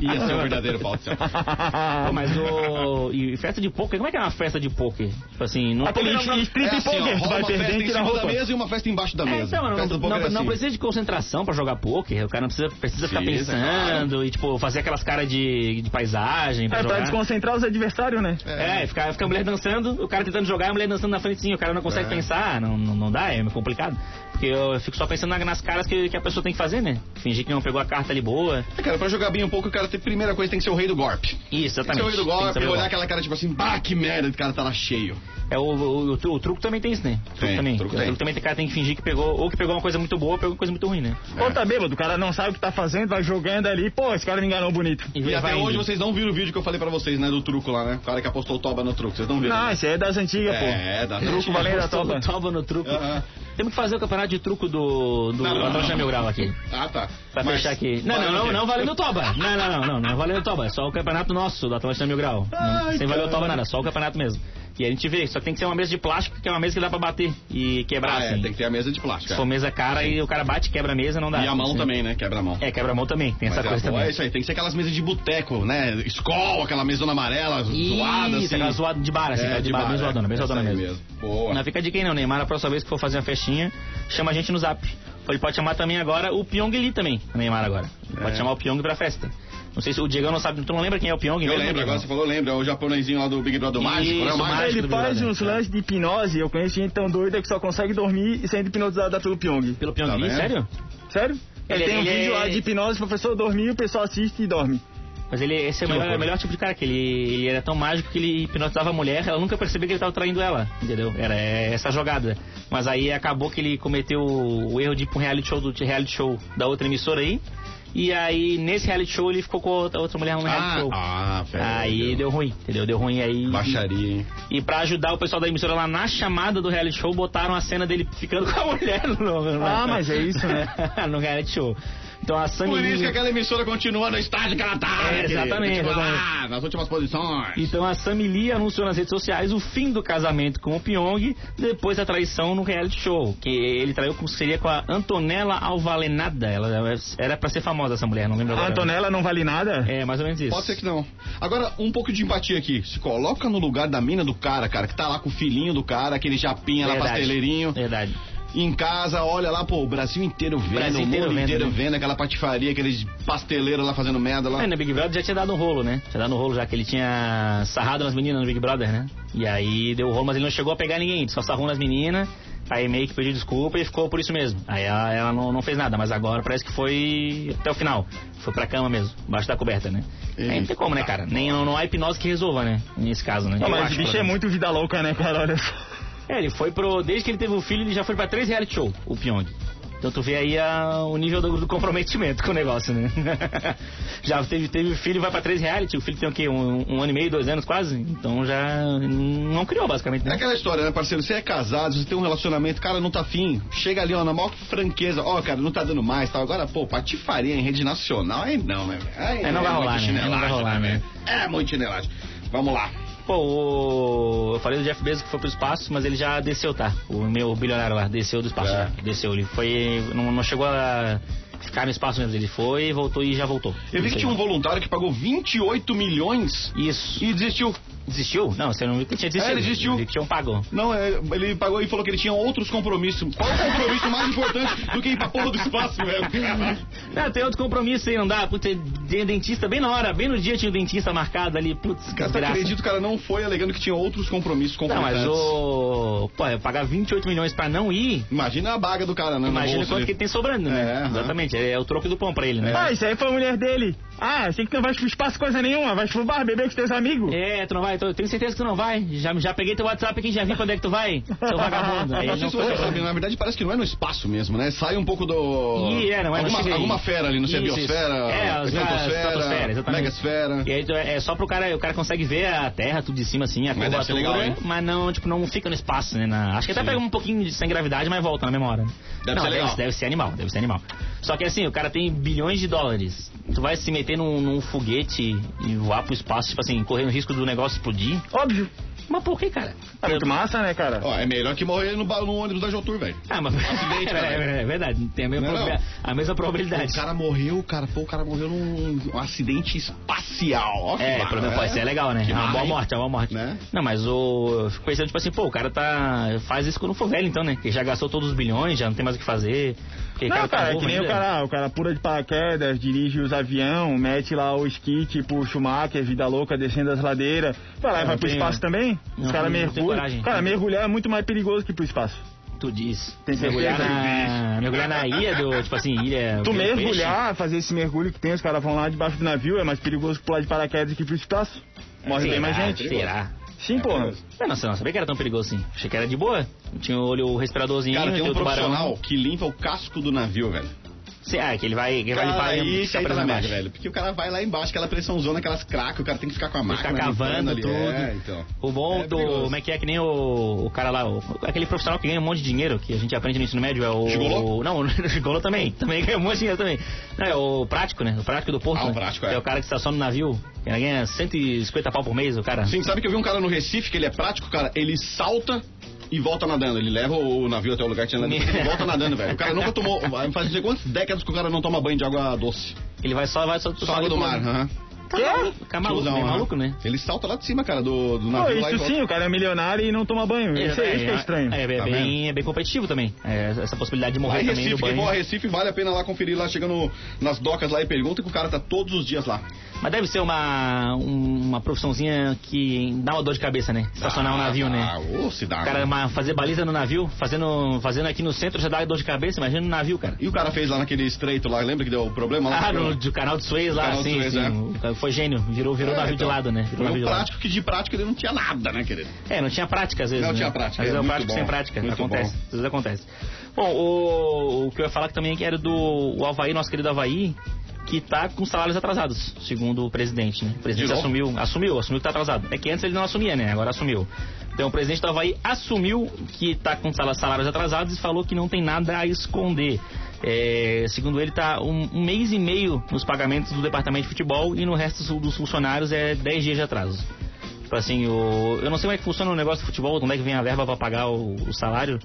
A: Ia
C: é
A: ser um *laughs* verdadeiro pau do céu.
B: Pô, mas o. E festa de poker, como é que é uma festa de poker? Tipo assim, não
C: Aquele strip
A: É assim, ó,
C: poker, tu
A: rola
C: vai
A: uma festa
C: perder
A: em
C: e tira a
A: cima da
C: roupa.
A: mesa e uma festa embaixo da
B: É,
A: mesa.
B: então, não,
A: Festa do poker
B: não-
A: é
B: não
A: assim.
B: precisa de concentração pra jogar poker. O cara não precisa, precisa ficar
A: Precisa,
B: pensando e, tipo, fazer aquelas caras de, de paisagem
A: tá
B: pra
C: É, pra
B: jogar.
C: desconcentrar os adversários, né?
B: É, e fica, fica a mulher dançando, o cara tentando jogar, a mulher dançando na frente, sim, o cara não consegue
A: É.
B: pensar, não, não, não dá, é complicado. Porque eu fico só pensando na- nas caras que, que a pessoa tem que fazer, né? Fingir que não pegou a carta ali boa.
A: É, Cara, pra jogar bem um pouco, o cara tem, primeira coisa tem que ser o rei do golpe.
B: Isso,
A: Tem que ser o
B: exatamente.
A: rei do
B: Tem que
A: golpe,
B: saber
A: olhar
B: jogar.
A: aquela cara tipo assim, bah, que merda, esse cara tá lá cheio.
B: É, o, o, o tru- o truco também tem isso, né? O truco
A: Tem,
B: também.
A: truco
B: o
A: tem.
B: truco também tem cara tem que fingir que pegou, ou que pegou uma coisa muito boa, ou pegou uma coisa muito ruim, né?
C: Ou tá bêbado, o cara não sabe o que tá fazendo, vai jogando ali, pô, esse cara me enganou bonito.
A: E até
B: vai
A: hoje
B: indo.
A: vocês não viram o vídeo que eu falei pra vocês, né, do truco lá, né? O cara que apostou toba no truco, vocês não viram.
C: Não,
A: né?
C: isso aí é das antigas, pô.
A: É, dá truco.
B: *laughs*
C: Truco valendo a
B: Toba,
C: topa.
B: toba no truco.
A: Aham.
B: Temos que fazer o campeonato de truco do, do
A: Não, não,
B: Antônio
A: não.
B: Jamil Grau aqui.
A: Ah, tá.
B: Pra
A: Mas-
B: fechar aqui. Não,
A: Vai,
B: não, não,
A: ok.
B: não
A: *laughs*
B: valendo toba. Não, não, não, não, não é valendo toba. É só o campeonato nosso do Atlântico Mil Grau. Não, sem valer o toba nada, é só o campeonato mesmo. E a gente vê, só tem que ser uma mesa de plástico, que é uma mesa que dá pra bater e quebrar,
A: Ah, é,
B: assim.
A: tem que ter a mesa de plástico.
B: Se
A: é.
B: for mesa cara e o cara bate, quebra a mesa, não dá.
A: E a mão
B: Assim.
A: também, né? Quebra a mão.
B: É, quebra a mão também, tem
A: Mas
B: essa
A: é,
B: coisa
A: pô,
B: também.
A: é isso aí, tem que ser aquelas mesas de boteco, né? Escola, aquela mesona amarela, zoada,
B: Isso,
A: assim.
B: aquela zoada de bar, assim, aquela de, bar, bem
A: é.
B: zoadona, bem
A: Essa
B: zoadona
A: aí
B: mesmo.
A: Boa.
B: Não fica de quem não, Neymar, a próxima vez que for fazer uma festinha, chama a gente no zap. Ou Ele pode chamar também agora o Pyong Lee também, o Neymar agora. Ele
A: É.
B: pode chamar o Pyong pra festa. Não sei se o Diegão não sabe, tu não lembra quem é o Pyong?
A: Eu
B: mesmo,
A: lembro,
B: Diegão?
A: agora você falou, lembra, é o japonesinho lá do Big Brother
B: Isso,
A: Mágico, né? O
B: mágico.
A: mágico.
C: Ele
B: do
C: faz
B: Brother,
C: uns
B: cara.
C: lances de hipnose, eu conheço gente tão doida que só consegue dormir e sendo hipnotizada pelo Pyong.
B: Pelo Pyong
A: Tá
B: Lee,
A: vendo?
B: sério?
C: Sério? Ele,
B: Ele-
C: tem um
B: ele
C: vídeo
B: é-
C: lá de hipnose, o professor dormir, o pessoal assiste e dorme.
B: Mas ele, esse é o melhor,
C: loucura.
B: o melhor tipo de cara, que ele, ele era tão mágico que ele hipnotizava a mulher, ela nunca percebia que ele tava traindo ela, entendeu? Era é, essa jogada. Mas aí acabou que ele cometeu o erro de ir pra um reality show, do, de reality show da outra emissora aí, e aí nesse reality show ele ficou com outra, outra mulher no reality show.
A: Ah, ah, velho.
B: Aí deu ruim, entendeu? Deu um ruim aí.
A: Baixaria, hein?
B: E pra ajudar o pessoal da emissora lá na chamada do reality show, botaram a cena dele ficando com a *laughs* mulher no, no-
C: Ah, mas é isso, né?
B: *laughs* no reality show. Então a Sunny
A: Por isso que
B: Lima-
A: aquela emissora continua no estágio que ela tá, né,
B: É,
A: querido?
B: exatamente,
A: Tipo,
B: exatamente.
A: lá, nas últimas posições.
B: Então a Sammy Lee anunciou nas redes sociais o fim do casamento com o Pyong depois da traição no reality show, que ele traiu com seria com a Antonella Alvalenada. Ela era pra ser famosa essa mulher, não lembro
C: A
B: agora.
C: Antonella não vale nada?
B: É, mais ou menos isso.
A: Pode ser que não. Agora, um pouco de empatia aqui. Se coloca no lugar da mina do cara, cara, que tá lá com o filhinho do cara, aquele japinha lá,
B: Verdade.
A: pasteleirinho.
B: Verdade.
A: em casa, olha lá, pô, o Brasil inteiro vendo, o,
B: Brasil inteiro
A: mundo
B: vendo,
A: inteiro
B: né?
A: vendo aquela patifaria, aqueles pasteleiros lá fazendo merda lá.
B: É, no Big Brother já tinha dado um rolo, né? Tinha dado um rolo já, que ele tinha sarrado nas meninas no Big Brother, né? E aí deu rolo, mas ele não chegou a pegar ninguém, ele só sarrou nas meninas, aí meio que pediu desculpa e ficou por isso mesmo. Aí ela, ela não, não fez nada, mas agora parece que foi até o final. Foi pra cama mesmo, embaixo da coberta, né? Aí não tem como, né, cara? Nem, não, não há hipnose que resolva, né? Nesse caso, né?
C: Não,
B: Eu
C: mas
B: acho,
C: o
B: pelo
C: bicho é
B: menos.
C: muito vida louca, né, cara? Olha só.
B: É, ele foi pro. Desde que ele teve o filho, ele já foi pra três reality show, o Pyong. Então tu vê aí a- o nível do, do comprometimento com o negócio, né? *laughs* já teve, teve o filho, vai pra três reality, o filho tem o quê? Um, um ano e meio, dois anos quase? Então já não criou, basicamente,
A: É
B: né?
A: aquela história, né, parceiro? Você é casado, você tem um relacionamento, cara, não tá afim. Chega ali, ó, na maior franqueza. Ó, cara, não tá dando mais, tal. Agora, pô, patifaria em rede nacional, aí não, né, velho? Aí
B: É, não vai rolar,
A: muita
B: né? Não vai
A: chinelagem,
B: rolar, né?
A: velho? É muito chinelagem. Vamos lá.
B: Pô, o- eu falei do Jeff Bezos que foi pro espaço, mas ele já desceu, tá? O meu bilionário lá desceu do espaço,
A: É.
B: já. desceu. Ele foi. Não, não chegou a ficar no espaço mesmo, ele foi, voltou e já voltou.
A: Eu vi que tinha um voluntário que pagou 28 milhões
B: Isso.
A: e desistiu.
B: Desistiu? Não, você não viu que tinha desistido.
A: É, ele desistiu.
B: Ele tinha um pagão.
A: Não, é, ele pagou e falou que ele tinha outros compromissos. Qual o compromisso mais importante do que ir pra porra do espaço, velho?
B: Não, É, tem outro compromisso aí, não dá. Putz, tem dentista bem na hora, bem no dia tinha o dentista marcado ali. Putz, que
A: Cara,
B: desgraça.
A: acredito que o cara não foi alegando que tinha outros compromissos
B: Não, mas
A: conflitantes.
B: o, Pô, pô, eu pagar 28 milhões pra não ir,
A: Imagina a baga do cara, né? no
B: imagina
A: bolso
B: quanto
A: ali.
B: que ele tem sobrando, né?
A: É, aham. É.
B: Exatamente, é, o troco do pão pra ele, né?
C: Ah, isso aí foi a mulher dele. Ah, achei que tu não vai pro espaço coisa nenhuma, vai pro bar beber com teus amigos.
B: É, tu não vai, eu tenho certeza que tu não vai. Já, já peguei teu WhatsApp aqui, já vi quando é que tu vai, seu vagabundo. Aí
A: Mas
B: ele não
A: isso você
B: foi. né?
A: sabe, na verdade parece que não é no espaço mesmo, né? Sai um pouco do.
B: Ih, é, não é, não
A: alguma,
B: chega aí.
A: alguma fera ali, não sei,
B: Isso, isso.
A: biosfera,
B: É, as- as estratosfera,
A: estratosfera,
B: exatamente.
A: megasfera.
B: E aí tu- é só pro cara, o cara consegue ver a terra, tudo de cima assim, a
A: Mas deve ser
B: curvatura,
A: legal, hein?
B: mas não, tipo, não fica no espaço, né? na- acho que até pega um pouquinho de sem gravidade, mas volta na memória. né?
A: Deve
B: não,
A: ser legal.
B: Deve, deve ser animal, deve ser animal. Só que assim, o cara tem bilhões de dólares. Tu vai se meter num, num foguete e voar pro espaço, tipo assim, correndo o risco do negócio explodir.
C: Óbvio.
B: Mas por que, cara?
C: É muito massa, né, cara?
A: Ó, é melhor que morrer no, ba- no ônibus da Jotur, velho.
B: Ah, mas *laughs*
A: acidente,
B: é,
A: cara.
B: é verdade, tem a mesma,
A: Não é
B: proba-
A: não?
B: a mesma probabilidade.
A: O cara morreu, cara, pô, o cara morreu num um acidente espacial. Ó, que
B: É,
A: barra,
B: pelo menos pode ser é legal, né?
A: Que
B: É uma
A: barra,
B: boa
A: hein?
B: morte, é uma boa morte.
A: Né?
B: Não, mas o. Eu fico pensando, tipo assim, pô, o cara tá. Faz isso quando for velho, então, né? Que já gastou todos os bilhões, já não tem mais o que fazer. Porque
C: Não,
B: tá
C: cara, é
B: novo
C: que nem o
B: ainda.
C: cara, o cara pula de paraquedas, dirige os avião, mete lá o esqui, tipo o Schumacher, vida louca, descendo as ladeiras. Vai lá e
B: Não
C: vai pro
B: tem-
C: espaço também?
B: não,
C: os caras
B: não tem coragem.
C: mergulham. Cara, mergulhar é muito mais perigoso que pro espaço.
B: Tu diz.
C: Tem
B: mergulhar
C: certeza?
B: na. Mergulhar na ilha do. Tipo assim,
A: *laughs*
B: ilha.
C: Tu
B: do peixe.
C: mergulhar, fazer esse mergulho que tem, os caras vão lá debaixo do navio, é mais perigoso que pular de paraquedas que pro espaço. Morre
B: Será?
C: bem mais gente.
B: Será?
C: Sim,
B: É
C: porra.
B: Eu não sei, não sabia que era tão perigoso assim. Achei que era de boa. Tinha o olho, o respiradorzinho,
A: Cara, tem um
B: o tubarão.
A: profissional que limpa o casco do navio, velho.
B: Sei, ah, que ele vai, que vai
A: Cara,
B: limpar
A: aí entra
B: fica preso
A: na
B: embaixo.
A: merda, velho. Porque o cara vai lá embaixo, aquela pressãozona, aquelas cracas, o cara tem que ficar com a
B: Ele
A: máquina.
B: tá cavando
A: limpando ali.
B: tudo.
A: É, então.
B: O bom
A: É
B: do.
A: perigoso.
B: Como é que é que nem o, o cara lá, o- aquele profissional que ganha um monte de dinheiro, que a gente aprende no ensino médio, é o.
A: Gigolô?
B: Não, *laughs* o Gigolô também. Também ganha um monte de dinheiro também. Não, é o prático, né? O prático do porto.
A: Ah, o
B: né?
A: prático, é.
B: o cara que estaciona no navio. Ele ganha 150 pau por mês, o cara.
A: Sim, sabe que eu vi um cara no Recife que ele é prático, cara? Ele salta e volta nadando. Ele leva o navio até o lugar que tinha nadando e volta nadando, velho. O cara nunca tomou. Faz não sei quantas décadas que o cara não toma banho de água doce.
B: Ele vai só. Vai só,
A: Só água do mar, aham.
C: Tá
B: Fica é maluco,
A: Tiozão,
B: meio
A: aham.
B: maluco, né?
A: Ele salta lá de cima, cara, do, do
C: Pô,
A: navio lá e
C: isso
A: volta.
C: sim, o cara é milionário e não toma banho. Isso, é, isso que é estranho.
B: É, é
A: Tá
B: bem,
A: vendo?
B: é bem competitivo também. É, essa possibilidade de
A: Lá
B: morrer
A: em
B: também
A: Recife,
B: do
A: quem
B: banho.
A: mora em Recife, vale a pena lá conferir lá, chegando nas docas lá e pergunta que o cara tá todos os dias lá.
B: Mas deve ser uma, um- uma profissãozinha que dá uma dor de cabeça, né? Estacionar um navio, né?
A: Ah, ô, se dá.
B: O cara
A: né?
B: ma- fazer baliza no navio, fazendo, fazendo aqui no centro já dá dor de cabeça, imagina no navio, cara.
A: E o cara fez lá naquele estreito lá, lembra que deu problema lá?
B: Ah, no do canal de Suez lá,
A: Canal de
B: sim,
A: Suez,
B: sim.
A: é.
B: O cara Foi gênio, virou, virou
A: É,
B: navio
A: então.
B: de lado, né? Virou
A: Foi
B: navio
A: um
B: de lado.
A: prático que de prática ele não tinha nada, né, querido?
B: É, não tinha prática às vezes.
A: Não
B: né?
A: tinha prática,
B: Às vezes
A: é
B: é o
A: muito
B: prático
A: bom,
B: sem prática.
A: muito
B: acontece.
A: bom.
B: Às vezes acontece. Bom, o, o que eu ia falar que também era do o Havaí, nosso querido Havaí, que tá com salários atrasados, segundo o presidente, né? O presidente
A: De novo?
B: assumiu, assumiu, assumiu que tá atrasado. É que antes ele não assumia, né? Agora assumiu. Então o presidente do Havaí assumiu que tá com sal- salários atrasados e falou que não tem nada a esconder. É, segundo ele, tá um, um mês e meio nos pagamentos do departamento de futebol e no resto su- dos funcionários é 10 dias de atraso. Tipo assim, o... eu não sei como é que funciona o negócio do futebol, de onde é que vem a verba pra pagar o, o salário.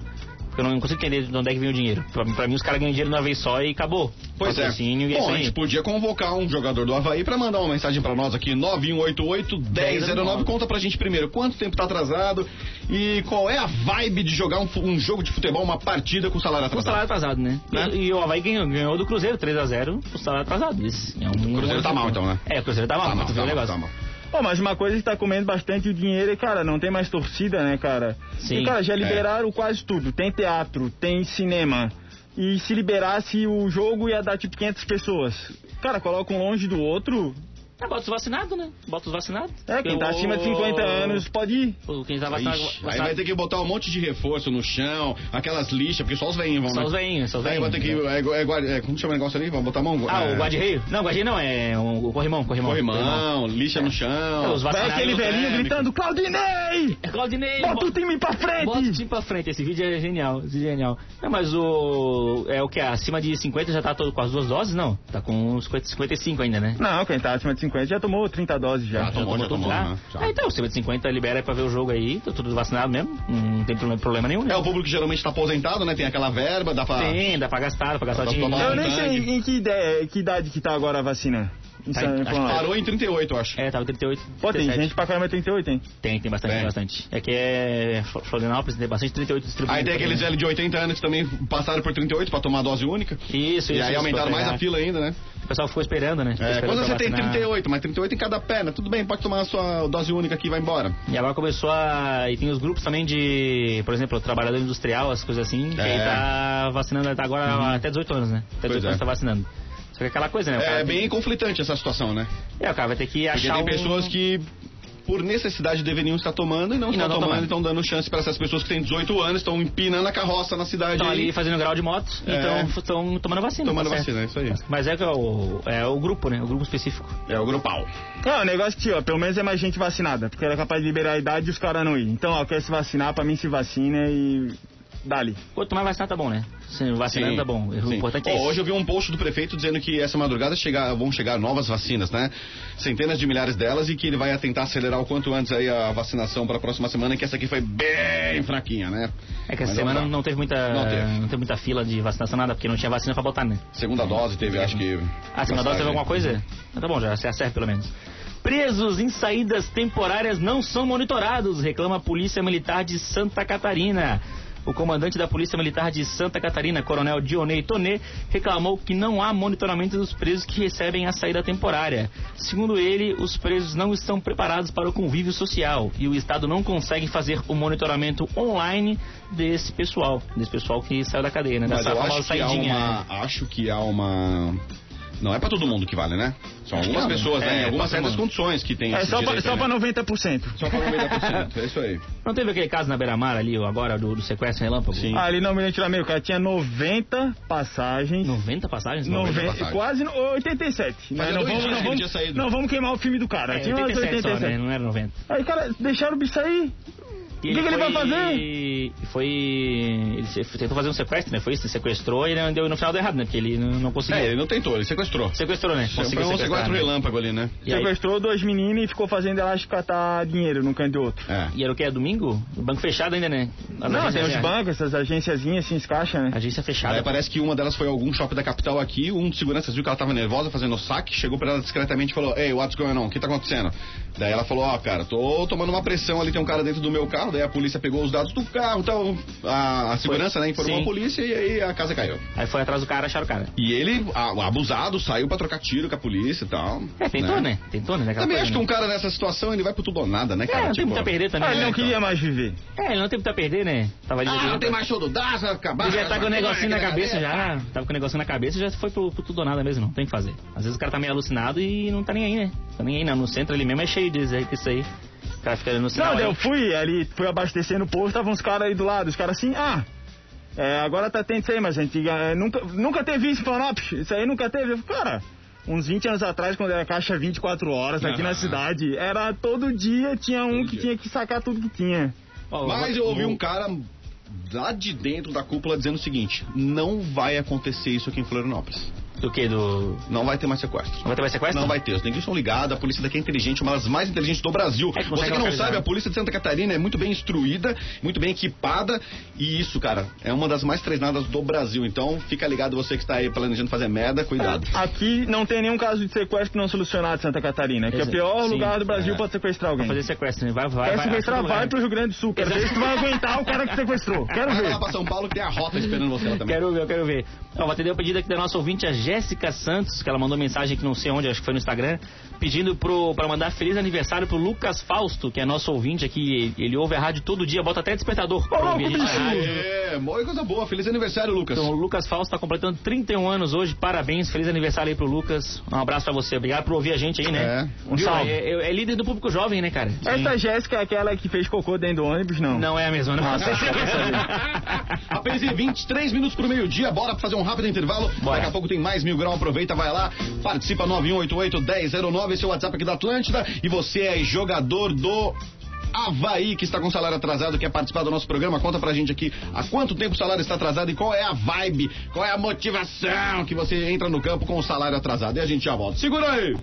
B: Porque eu não consigo entender de onde é que vem o dinheiro. Pra, pra mim, os caras ganham dinheiro de uma vez só e acabou.
A: Pois é.
B: Patrocínio e é isso
A: Bom, a
B: aí.
A: gente podia convocar um jogador do Havaí pra mandar uma mensagem pra nós aqui, 9188-1009. Conta pra gente primeiro quanto tempo tá atrasado e qual é a vibe de jogar um, fu- um jogo de futebol, uma partida com salário
B: Com o
A: atrasado.
B: salário atrasado, né?
A: Né?
B: E, e o Havaí ganhou, ganhou do Cruzeiro 3x0 o salário atrasado. Isso é um-
A: O Cruzeiro tá mal, então, né?
B: É, o Cruzeiro tá mal,
A: Tá
B: mas
A: mal, tá
B: tu viu o
A: mal,
B: negócio.
A: tá mal.
C: Pô, mas uma coisa que tá comendo bastante o dinheiro é, cara, não tem mais torcida, né, cara?
B: Sim. é.
C: E, cara, já liberaram quase tudo. Tem teatro, tem cinema. E se liberasse o jogo ia dar tipo 500 pessoas. Cara, coloca um longe do outro.
B: Ah, bota os vacinados, né? Bota os vacinados.
C: É, quem tá acima de 50 anos pode ir.
B: O- Quem tá vacinado.
A: Ixi, aí
B: vacinado-
A: vai ter que botar um monte de reforço no chão, aquelas lixas, porque só os veinhos vão,
B: Só
A: né?
B: os veinhos, só os
A: Aí vai
B: veinhos.
A: ter que. É, é, guarda- é, como chama o negócio ali? Vamos botar a mão?
B: Ah,
A: é,
B: o guarda-reio? Não, guarda-reio não, é o o corrimão, corrimão.
A: Corrimão, lixa no
B: É,
A: chão.
B: os
C: Vai
B: vacinados.
C: aquele velhinho
A: térmico.
C: gritando, Claudinei!
B: É Claudinei!
C: Bota o time pra
B: Bota o
C: frente!
B: time pra frente, esse vídeo é genial, esse vídeo é genial. Não, mas o. É o que? Acima de 50 já tá todo com as duas doses? Não. Tá com uns 50, 55 ainda, né?
C: Não, quem tá acima de 50 já tomou 30 doses já.
A: Já tomou, já tomou.
B: já?
A: né? Já.
B: Ah, então, acima de 50 libera aí pra ver o jogo aí, tá tudo vacinado mesmo, não tem problema- problema nenhum.
A: É
B: Né?
A: o público que geralmente tá aposentado, né? Tem aquela verba, dá pra.
B: Tem, dá pra gastar, dá pra gastar
A: Dá pra
B: dinheiro.
A: tomar né?
C: Eu nem sei
A: Sangue.
C: em que, ideia, que idade que tá agora a vacina. Isso
B: Tá em-
C: é
B: acho que
C: falar.
A: Parou em 38, eu acho.
B: É, tava 38.
C: Pô, tem
B: 37.
C: gente pra caramba 38, hein?
B: Tem, tem bastante,
A: Tem.
B: tem bastante. É que é. Fl- Florianópolis tem bastante 38 distribuídos.
A: Aí tem aqueles velhos de 80 anos que também passaram por 38 pra tomar a dose única.
B: Isso, isso.
A: e aí
B: isso,
A: aumentaram
B: pra
A: mais
B: pegar.
A: a fila ainda, né?
B: pessoal ficou esperando, né? Ficou
A: É,
B: esperando
A: quando você
B: pra
A: tem
B: vacinar.
A: 38, mas 38 em cada perna, tudo bem, pode tomar a sua dose única aqui e vai embora.
B: E agora começou a. E tem os grupos também de, por exemplo, trabalhador industrial, as coisas assim, que aí
A: É. Uhum.
B: tá vacinando tá agora até 18 anos, né? Até 18
A: Pois é.
B: anos tá vacinando. Só que é aquela coisa, né? O cara
A: É
B: tem-
A: bem conflitante essa situação, né?
B: É, o cara vai ter que
A: Porque
B: achar
A: tem
B: um-
A: pessoas que, por necessidade, deveriam estar tomando e não
B: E
A: estão
B: não
A: tomando,
B: estão
A: e estão dando chance para essas pessoas que têm 18 anos, estão empinando a carroça na cidade
B: Estão
A: aí,
B: ali fazendo grau de moto,
A: É.
B: então estão tomando vacina.
A: tomando
B: tá certo.
A: vacina, é isso aí.
B: Mas é que é o, é o grupo, né? O grupo específico.
A: É o grupal.
C: É, o negócio que, ó, pelo menos é mais gente vacinada, porque era capaz de liberar a idade e os caras não irem. Então, ó, quer se vacinar, pra mim se vacina e. Dali.
B: Quanto tomar vacina tá bom, né? Se vacinando
A: Sim.
B: tá bom. O
A: Sim. Ó,
B: importante é isso.
A: Hoje eu vi um post do prefeito dizendo que essa madrugada chega- vão chegar novas vacinas, né? Centenas de milhares delas e que ele vai tentar acelerar o quanto antes aí a vacinação para a próxima semana, que essa aqui foi bem fraquinha, né?
B: É que
A: Mas vamos
B: essa semana
A: lá.
B: não teve muita.
A: Não teve.
B: não teve muita fila de vacinação, nada, porque não tinha vacina pra botar, né?
A: Segunda dose teve, acho que.
B: Ah, segunda dose teve alguma coisa? Ah, Tá bom, já se acerta pelo menos. Presos em saídas temporárias não são monitorados, reclama a Polícia Militar de Santa Catarina. O comandante da Polícia Militar de Santa Catarina, Coronel Dionei Tonê, reclamou que não há monitoramento dos presos que recebem a saída temporária. Segundo ele, os presos não estão preparados para o convívio social e o Estado não consegue fazer o monitoramento online desse pessoal, desse pessoal que saiu da cadeia, né?
A: Mas
B: Dessa
A: eu
B: famosa
A: acho que, há
B: saidinha. né?
A: uma, acho que há uma. Não é pra todo mundo que vale, né? São algumas
B: Não,
A: pessoas,
B: é,
A: né? Em
B: é
A: algumas
B: pra todo
A: certas
B: mundo.
A: condições que tem
C: É
A: esse
C: só pra,
A: direito,
C: só
A: né?
C: pra 90%.
A: Só pra 90%. É isso
B: *laughs*
A: aí.
B: Não teve aquele caso na beira-mar ali, ó, agora, do, do sequestro em relâmpago?
A: Sim.
C: Ah, ali não me tirar meio, cara tinha 90 passagens.
B: 90 passagens?
C: 90,
A: passagens.
C: quase no- 87.
A: Fazia
C: né?
A: dois
C: Não, vamos,
A: dias
C: não,
A: que ele tinha
C: vamos,
A: saído.
C: não vamos queimar o filme do cara.
B: É,
C: tinha umas
B: 87, só, né?
C: 87.
B: Não era 90.
C: Aí, cara, deixaram o bicho sair.
B: E
C: O que que ele vai
B: fazer? Foi. Ele se- tentou fazer um sequestro, né? Foi isso? Sequestrou e não deu no final deu errado, né? Porque ele não, não conseguiu.
A: É, ele não tentou, ele sequestrou.
B: Sequestrou, né?
A: Foi um
B: Conseguiu sequestrar.
A: sequestro
B: né?
A: relâmpago ali, né?
B: E, aí,
C: Sequestrou dois meninos e ficou fazendo elas catar dinheiro num canto e outro.
A: É.
B: e era o que? É domingo? O banco fechado ainda, né? As
C: não, tem
B: agências-
C: os bancos, essas agênciazinhas assim, os caixa, né?
B: Agência fechada.
A: Daí parece que uma delas foi a algum shopping da capital aqui, um de seguranças viu que ela tava nervosa fazendo o saque, chegou pra ela discretamente e falou, ei, what's going on? O que tá acontecendo? Daí ela falou, ó, cara, tô tomando uma pressão ali, tem um cara dentro do meu carro, daí a polícia pegou os dados do carro, então a, a segurança, né, informou
B: Sim.
A: a polícia e aí a casa caiu.
B: Aí foi atrás do cara, acharam o cara.
A: E ele, a- abusado, saiu pra trocar tiro com a polícia e tal.
B: É, tentou, né? Tentou, né? Daquela
A: Também acho
B: coisa,
A: que um cara nessa situação, ele vai pro tudo ou nada, né,
B: né? É,
A: cara?
B: não tem
A: Tipo,
B: muito a perder também.
C: Ah, ele
B: né?
C: não queria mais viver.
B: É, ele não tem muito a perder, né? Tava ali.
A: Ah, não
B: dormindo.
A: tem mais show do Daza, acabar...
B: Devia estar tá com o negocinho na
A: aquela
B: cabeça já. Tava com o negocinho na cabeça e já foi pro, pro tudo ou nada mesmo. Não tem o que fazer. Às vezes o cara tá meio alucinado e não tá nem aí, né? Tá nem aí, não. No centro ele mesmo é cheio disso aí, que isso aí. O cara fica ali no sinal.
C: Não,
B: aí.
C: eu fui ali, fui abastecer no posto, estavam os caras aí do lado, os caras assim, ah, é, agora tá tendo isso aí, mas gente, é, nunca, nunca teve isso em Florianópolis, isso aí nunca teve. Eu falei, cara, uns 20 anos atrás, quando era caixa 24 horas aqui na cidade, era todo dia, tinha um que
A: dia.
C: tinha que sacar tudo que tinha.
B: Ó,
A: Mas eu ouvi um cara lá de dentro da cúpula dizendo o seguinte: não vai acontecer isso aqui em Florianópolis.
B: Do que? Do.
A: Não vai ter mais sequestro.
B: Não vai ter mais sequestro?
A: Não vai ter, os neguinhos são ligados, a polícia daqui é inteligente, uma das mais inteligentes do Brasil.
B: É que
A: Você
B: consegue
A: que não
B: localizar,
A: sabe,
B: né?
A: a polícia de Santa Catarina é muito bem instruída, muito bem equipada, e isso, cara, é uma das mais treinadas do Brasil. Então, fica ligado você que está aí planejando fazer merda, *laughs* cuidado.
C: Aqui não tem nenhum caso de sequestro não solucionado em Santa Catarina, que é o
B: Exato.
C: pior
B: Sim,
C: lugar do Brasil
A: é.
C: pra sequestrar
B: Vai
C: alguém.
B: fazer sequestro, né? Vai, vai.
C: Quer
B: vai,
C: sequestrar,
B: acha que
C: vai
B: lugar.
C: pro Rio Grande do Sul. Quero ver se tu vai aguentar o cara que sequestrou. Quero
A: Vai
C: ver.
A: lá pra São Paulo que tem a rota esperando você lá também.
B: Quero ver, eu quero ver. Ó, vou atender o pedido aqui da nossa ouvinte, a Jéssica Santos, que ela mandou mensagem aqui, não sei onde, acho que foi no Instagram, pedindo pro, pra mandar feliz aniversário pro Lucas Fausto, que é nosso ouvinte aqui. Ele ouve a rádio todo dia, bota até despertador pra
C: louco,
B: ouvir a gente na
C: bicho!
B: rádio.
A: É, boa coisa boa, feliz aniversário, Lucas.
B: Então, o Lucas Fausto está completando 31 anos hoje. Parabéns, feliz aniversário aí pro Lucas. Um abraço pra você. Obrigado por ouvir a gente aí, né?
A: É,
B: Um
C: Viu?
B: salve.
C: É,
B: É, líder do público jovem, né, cara?
C: Essa Jéssica é aquela que fez cocô dentro do ônibus, não?
B: Não é a mesma, não. *laughs*
A: Apenas em 23 minutos pro meio-dia, bora fazer um rápido intervalo.
B: Bora.
A: Daqui a pouco tem mais Mil Grau, aproveita, vai lá, participa 9188-1009, esse é o WhatsApp aqui da Atlântida. E você é jogador do Havaí, que está com salário atrasado, quer participar do nosso programa. Conta pra gente aqui há quanto tempo o salário está atrasado e qual é a vibe, qual é a motivação que você entra no campo com o salário atrasado. E a gente já volta. Segura aí!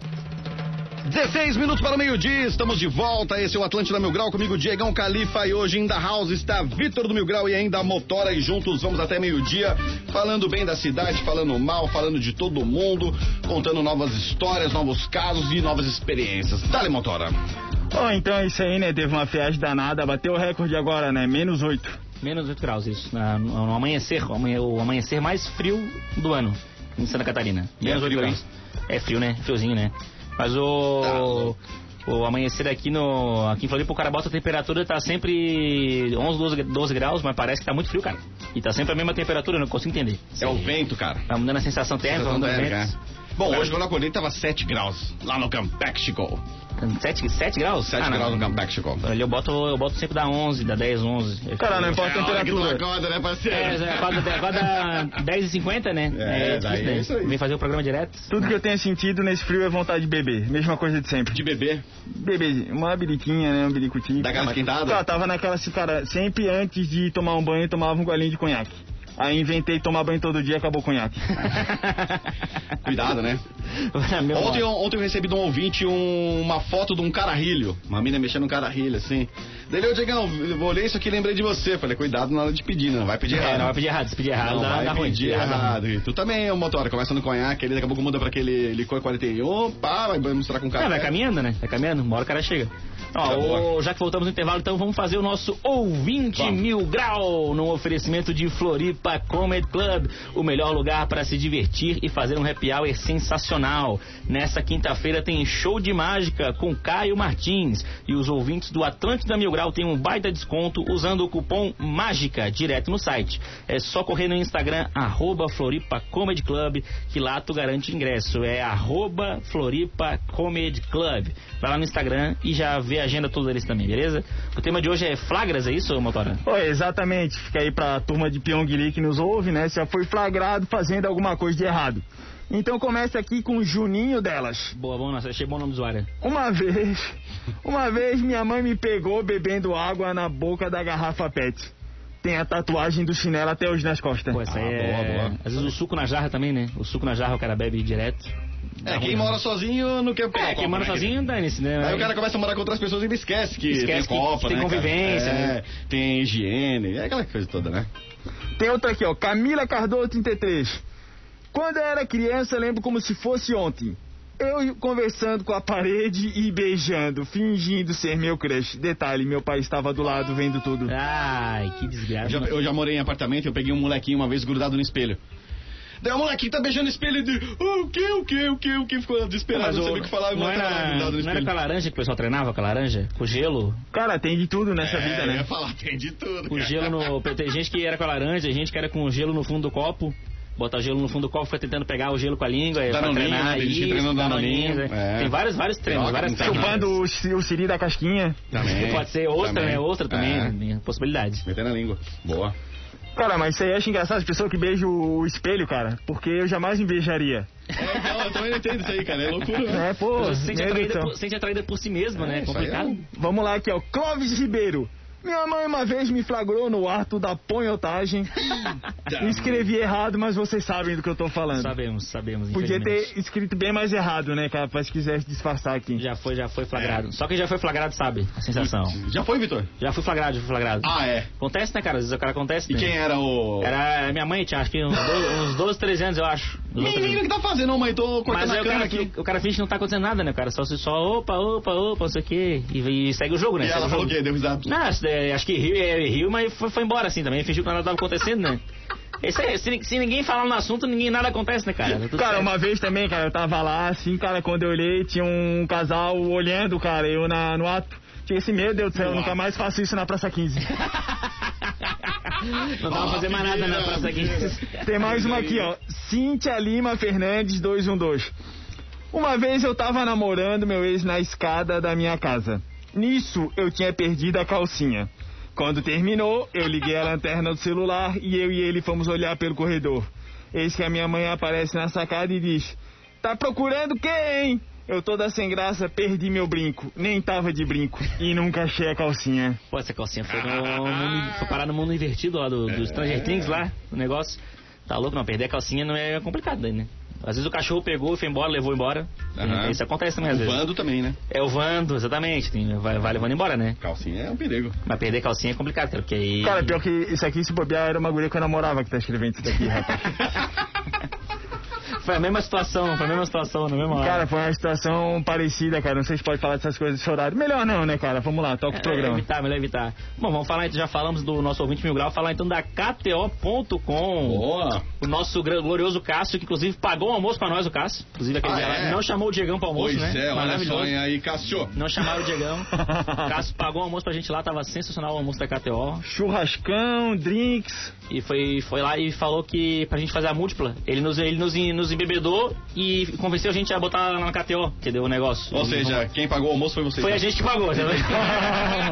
A: 16 minutos para o meio-dia, estamos de volta. Esse é o Atlântida Mil Grau, comigo Diegão Califa e hoje ainda House está Vitor do Mil Grau e ainda a Motora. E juntos vamos até meio-dia, falando bem da cidade, falando mal, falando de todo mundo, contando novas histórias, novos casos e novas experiências. Dale, Motora.
C: Bom, então é isso aí, né? Teve uma friagem danada, bateu o recorde agora, né? Menos 8.
B: Ah, Menos 8 graus, isso. Na- no, no amanhecer, o amanhe- o amanhecer mais frio do ano. em Santa Catarina.
A: E é
B: Menos oito
A: frio,
B: graus. É frio, né? Friozinho, né? Mas o. O amanhecer aqui no. Aqui em Floripa, o cara bota a temperatura, tá sempre 11, 12, 12 graus, mas parece que tá muito frio, cara. E tá sempre a mesma temperatura, eu não consigo entender.
A: É o vento, cara.
B: Tá mudando a sensação térmica,
A: Sensação
B: mudando o
A: térmica,
B: vento.
A: é. Bom, hoje quando eu acordei tava 7 graus lá no Campec Chico.
B: 7, graus?
A: 7
B: Ah, não.
A: graus no Campec Chico.
B: Ali eu boto, eu boto sempre da 11, da 10, 11.
C: Cara,
A: é
C: não importa a
A: hora que tu
C: temperatura.
A: acorda, né,
B: É,
A: parceiro?
B: é, quase, é, quase a 10h50, né?
A: É,
B: difícil,
A: daí é
B: né?
A: isso aí.
B: Vem fazer o programa direto.
C: Tudo que eu tenho sentido nesse frio é vontade de beber. Mesma coisa de sempre.
A: *laughs* De bebê.
C: Beber uma biriquinha, né? Um biricutinho.
A: Daquela esquentada?
C: Tá, tava naquela assim, cara, sempre antes de tomar um banho, eu tomava um golinho de conhaque. Aí inventei tomar banho todo dia, acabou o conhaque.
A: *laughs* Cuidado, né?
B: *laughs* Meu
A: Ontem, eu- ontem eu recebi de um ouvinte um- uma foto de um cararrilho. Uma mina mexendo um cararrilho, assim. Daí eu Diegão, eu olhei isso aqui e lembrei de você. Falei, cuidado na hora de pedir, né? Não vai pedir errado.
B: É, não vai pedir errado, se pedir errado,
A: Não,
B: dá,
A: vai
B: dá ruim.
A: pedir
B: se pedir dá ruim.
A: errado. E tu também é um motor, começa no conhaque, ele daqui a pouco muda pra aquele licor 41, pá, vai misturar com café.
B: Ah, vai caminhando, né? Vai caminhando, uma hora o cara chega. Ó,
A: Tá bom.
B: o- já que voltamos no intervalo, então vamos fazer o nosso ouvinte
A: Vamos.
B: mil grau no oferecimento de Floripa Comedy Club, o melhor lugar para se divertir e fazer um happy hour sensacional. Nessa quinta-feira tem show de mágica com Caio Martins e os ouvintes do Atlântida Mil Grau têm um baita desconto usando o cupom MÁGICA direto no site. É só correr no Instagram, arroba Floripa Comedy Club, que lá tu garante ingresso. É arroba Floripa Comedy Club. Vai lá no Instagram e já vê a agenda toda deles também, beleza? O tema de hoje é flagras, é isso, Motora?
C: Oi, exatamente. Fica aí pra turma de Pyongyi que nos ouve, né? Se já foi flagrado fazendo alguma coisa de errado. Então começa aqui com o Juninho delas.
B: Boa, bom, nossa, achei bom o nome do usuário.
C: Uma *laughs* vez, uma vez minha mãe me pegou bebendo água na boca da garrafa PET. Tem a tatuagem do chinelo até hoje nas costas.
B: Pô, essa
A: Ah,
B: aí é...
A: boa, boa.
B: Às vezes o suco na jarra também, né? O suco na jarra o cara bebe direto.
A: É, quem mora sozinho não quer pegar
B: né? É,
A: o
B: quem
A: copo,
B: mora
A: né?
B: sozinho, dane-se, né?
A: Aí o cara começa a morar com outras pessoas e ele esquece que
B: Esquece que
A: tem copa,
B: tem
A: né, cara?
B: convivência,
A: é,
B: né?
A: Tem higiene, é aquela coisa toda, né?
C: Tem outra aqui, ó. Camila Cardoso 33. Quando eu era criança, eu lembro como se fosse ontem. Eu conversando com a parede e beijando, fingindo ser meu crush. Detalhe, meu pai estava do lado vendo tudo.
B: Ai, que desgraça.
A: Já- eu já morei em apartamento, eu peguei um molequinho uma vez grudado no espelho. Daí o molequinho tá beijando o espelho e diz, "Ah, o que, o que, o que, o que? Ficou desesperado, não
B: o-
A: sabia o que falar, e o
B: não,
A: moleque tava lá
B: era,
A: grudado no
B: não era
A: espelho.
B: com a laranja que o pessoal treinava, com a laranja? Com gelo?
C: Cara, tem de tudo nessa
A: é,
C: vida,
A: eu ia
C: né?
A: falar, tem de tudo.
B: Com
A: cara.
B: gelo
A: *laughs*
B: no. Tem gente que era com a laranja, gente que era com gelo no fundo do copo. Botar gelo no fundo do copo, fica tentando pegar o gelo com a língua. é, pra
A: Danoninho,
B: treinar,
A: né? Tem gente que
B: isso,
A: treina no
B: danoninho,
A: Danoninho,
B: né?
A: é.
B: Tem vários, vários treinos,
A: Droga,
B: várias
A: não tá
B: técnicas.
C: Chupando o, ci- o siri da casquinha.
A: Também.
B: Pode ser outra,
A: É. também.
B: né? Outra também,
A: É,
B: né? possibilidade.
A: Metendo a língua.
B: *laughs*
A: Boa.
C: Cara, mas isso aí eu acho engraçado, as pessoas que beijam o espelho, cara, porque eu jamais me beijaria.
A: É, então, eu também não entendo isso aí, cara. É loucura. né?
C: É, pô,
B: Você se sente
C: meu Deus do
B: atraída,
C: céu.
B: por, sente atraída por si mesma, né? É
A: isso aí é
B: complicado.
A: um-
C: Vamos lá aqui, ó. Clóvis Ribeiro. Minha mãe uma vez me flagrou no ato da ponhotagem. Escrevi errado, mas vocês sabem do que eu tô falando.
B: Sabemos, sabemos.
C: Podia
B: infelizmente.
C: ter escrito bem mais errado, né, cara? Pra se quisesse disfarçar aqui.
B: Já foi, já foi flagrado. Só quem já foi flagrado sabe a sensação.
A: Já foi, Vitor?
B: Já fui flagrado, já fui flagrado.
A: Ah, é.
B: Acontece, né, cara? Às vezes o cara acontece.
A: E
B: né?
A: quem é? era o...
B: Era minha mãe, tinha acho que uns, do, uns 12, 13 anos, eu acho. Uns 12, 13
A: Menino, o que tá fazendo, ô mãe? Tô cortando
B: Mas aí
A: a
B: o
A: cana
B: cara,
A: aqui.
B: fi- o cara finge que não tá acontecendo nada, né, cara? Só, só opa, opa, opa, não sei o quê. E, e segue o jogo, né?
A: E
B: Segue
A: ela
B: o
A: falou o
B: jogo.
A: quê? Deu risada.
B: Não, acho, é, acho que riu, é, riu mas foi, foi embora assim também. Fingiu que nada tava acontecendo,
A: *laughs*
B: né? Esse é- se, se ninguém falar no assunto, ninguém, nada acontece, né, cara? Tá tudo
C: Cara,
B: certo.
C: uma vez também, cara, eu tava lá, assim, cara, quando eu olhei, tinha um casal olhando, cara, eu na, no ato. Tinha esse medo, Deus do céu, eu
A: No
C: nunca
A: ato.
C: mais faço isso na Praça 15.
B: Não dá pra fazer mais nada na
A: *laughs*
B: praça aqui.
C: Tem mais uma aqui, ó. Cíntia Lima Fernandes 212. Uma vez eu tava namorando meu ex na escada da minha casa. Nisso eu tinha perdido a calcinha. Quando terminou, eu liguei a lanterna do celular e eu e ele fomos olhar pelo corredor. Eis que a minha mãe aparece na sacada e diz: Tá procurando quem? Eu toda sem graça perdi meu brinco. Nem tava de brinco. E nunca achei a calcinha.
B: *laughs* Pô, essa calcinha foi, no mundo- foi parar no mundo invertido lá do, do Stranger Things lá, o negócio. Tá louco, não, perder a calcinha não é complicado daí, né? Às vezes o cachorro pegou, foi embora, levou embora. É,
A: Aham.
B: Isso acontece também às
A: O
B: vezes.
A: Vando também, né?
B: É o Vando, exatamente. Tem, vai, vai levando embora, né?
A: Calcinha é um perigo.
B: Mas perder a calcinha é complicado, cara, porque aí...
C: Cara,
B: *laughs*
C: pior que isso aqui, se bobear, era uma guria que eu namorava que tá escrevendo isso daqui, rapaz.
B: Foi a mesma situação, foi a mesma situação, na mesma hora.
C: Cara, foi uma situação parecida, cara. Não sei se pode falar dessas coisas desse horário. Melhor não, né, cara? Vamos lá,
A: É,
C: toca o
B: Melhor
C: programa.
B: É, evitar, melhor evitar. Bom, vamos falar, já falamos do nosso ouvinte Mil Grau, falar então da KTO.com.
A: Boa.
B: O nosso gran- glorioso Cássio, que inclusive pagou o almoço pra nós, o Cássio. Inclusive aquele
A: Ah,
B: dia lá.
A: é?
B: Não chamou o Diegão pro almoço,
A: Pois
B: né?
A: é, olha só hein, aí, Cássio.
B: Não chamaram
A: *laughs*
B: o Diegão. O Cássio pagou o almoço pra gente lá, tava sensacional o almoço da KTO.
C: Churrascão, drinks.
B: E foi, foi lá e falou que pra gente fazer a múltipla. Ele nos, ele nos, nos embebedou e convenceu a gente a botar na KTO, entendeu? O negócio.
A: Ou seja, quem pagou o almoço foi você.
B: Foi a gente que pagou, né? *laughs*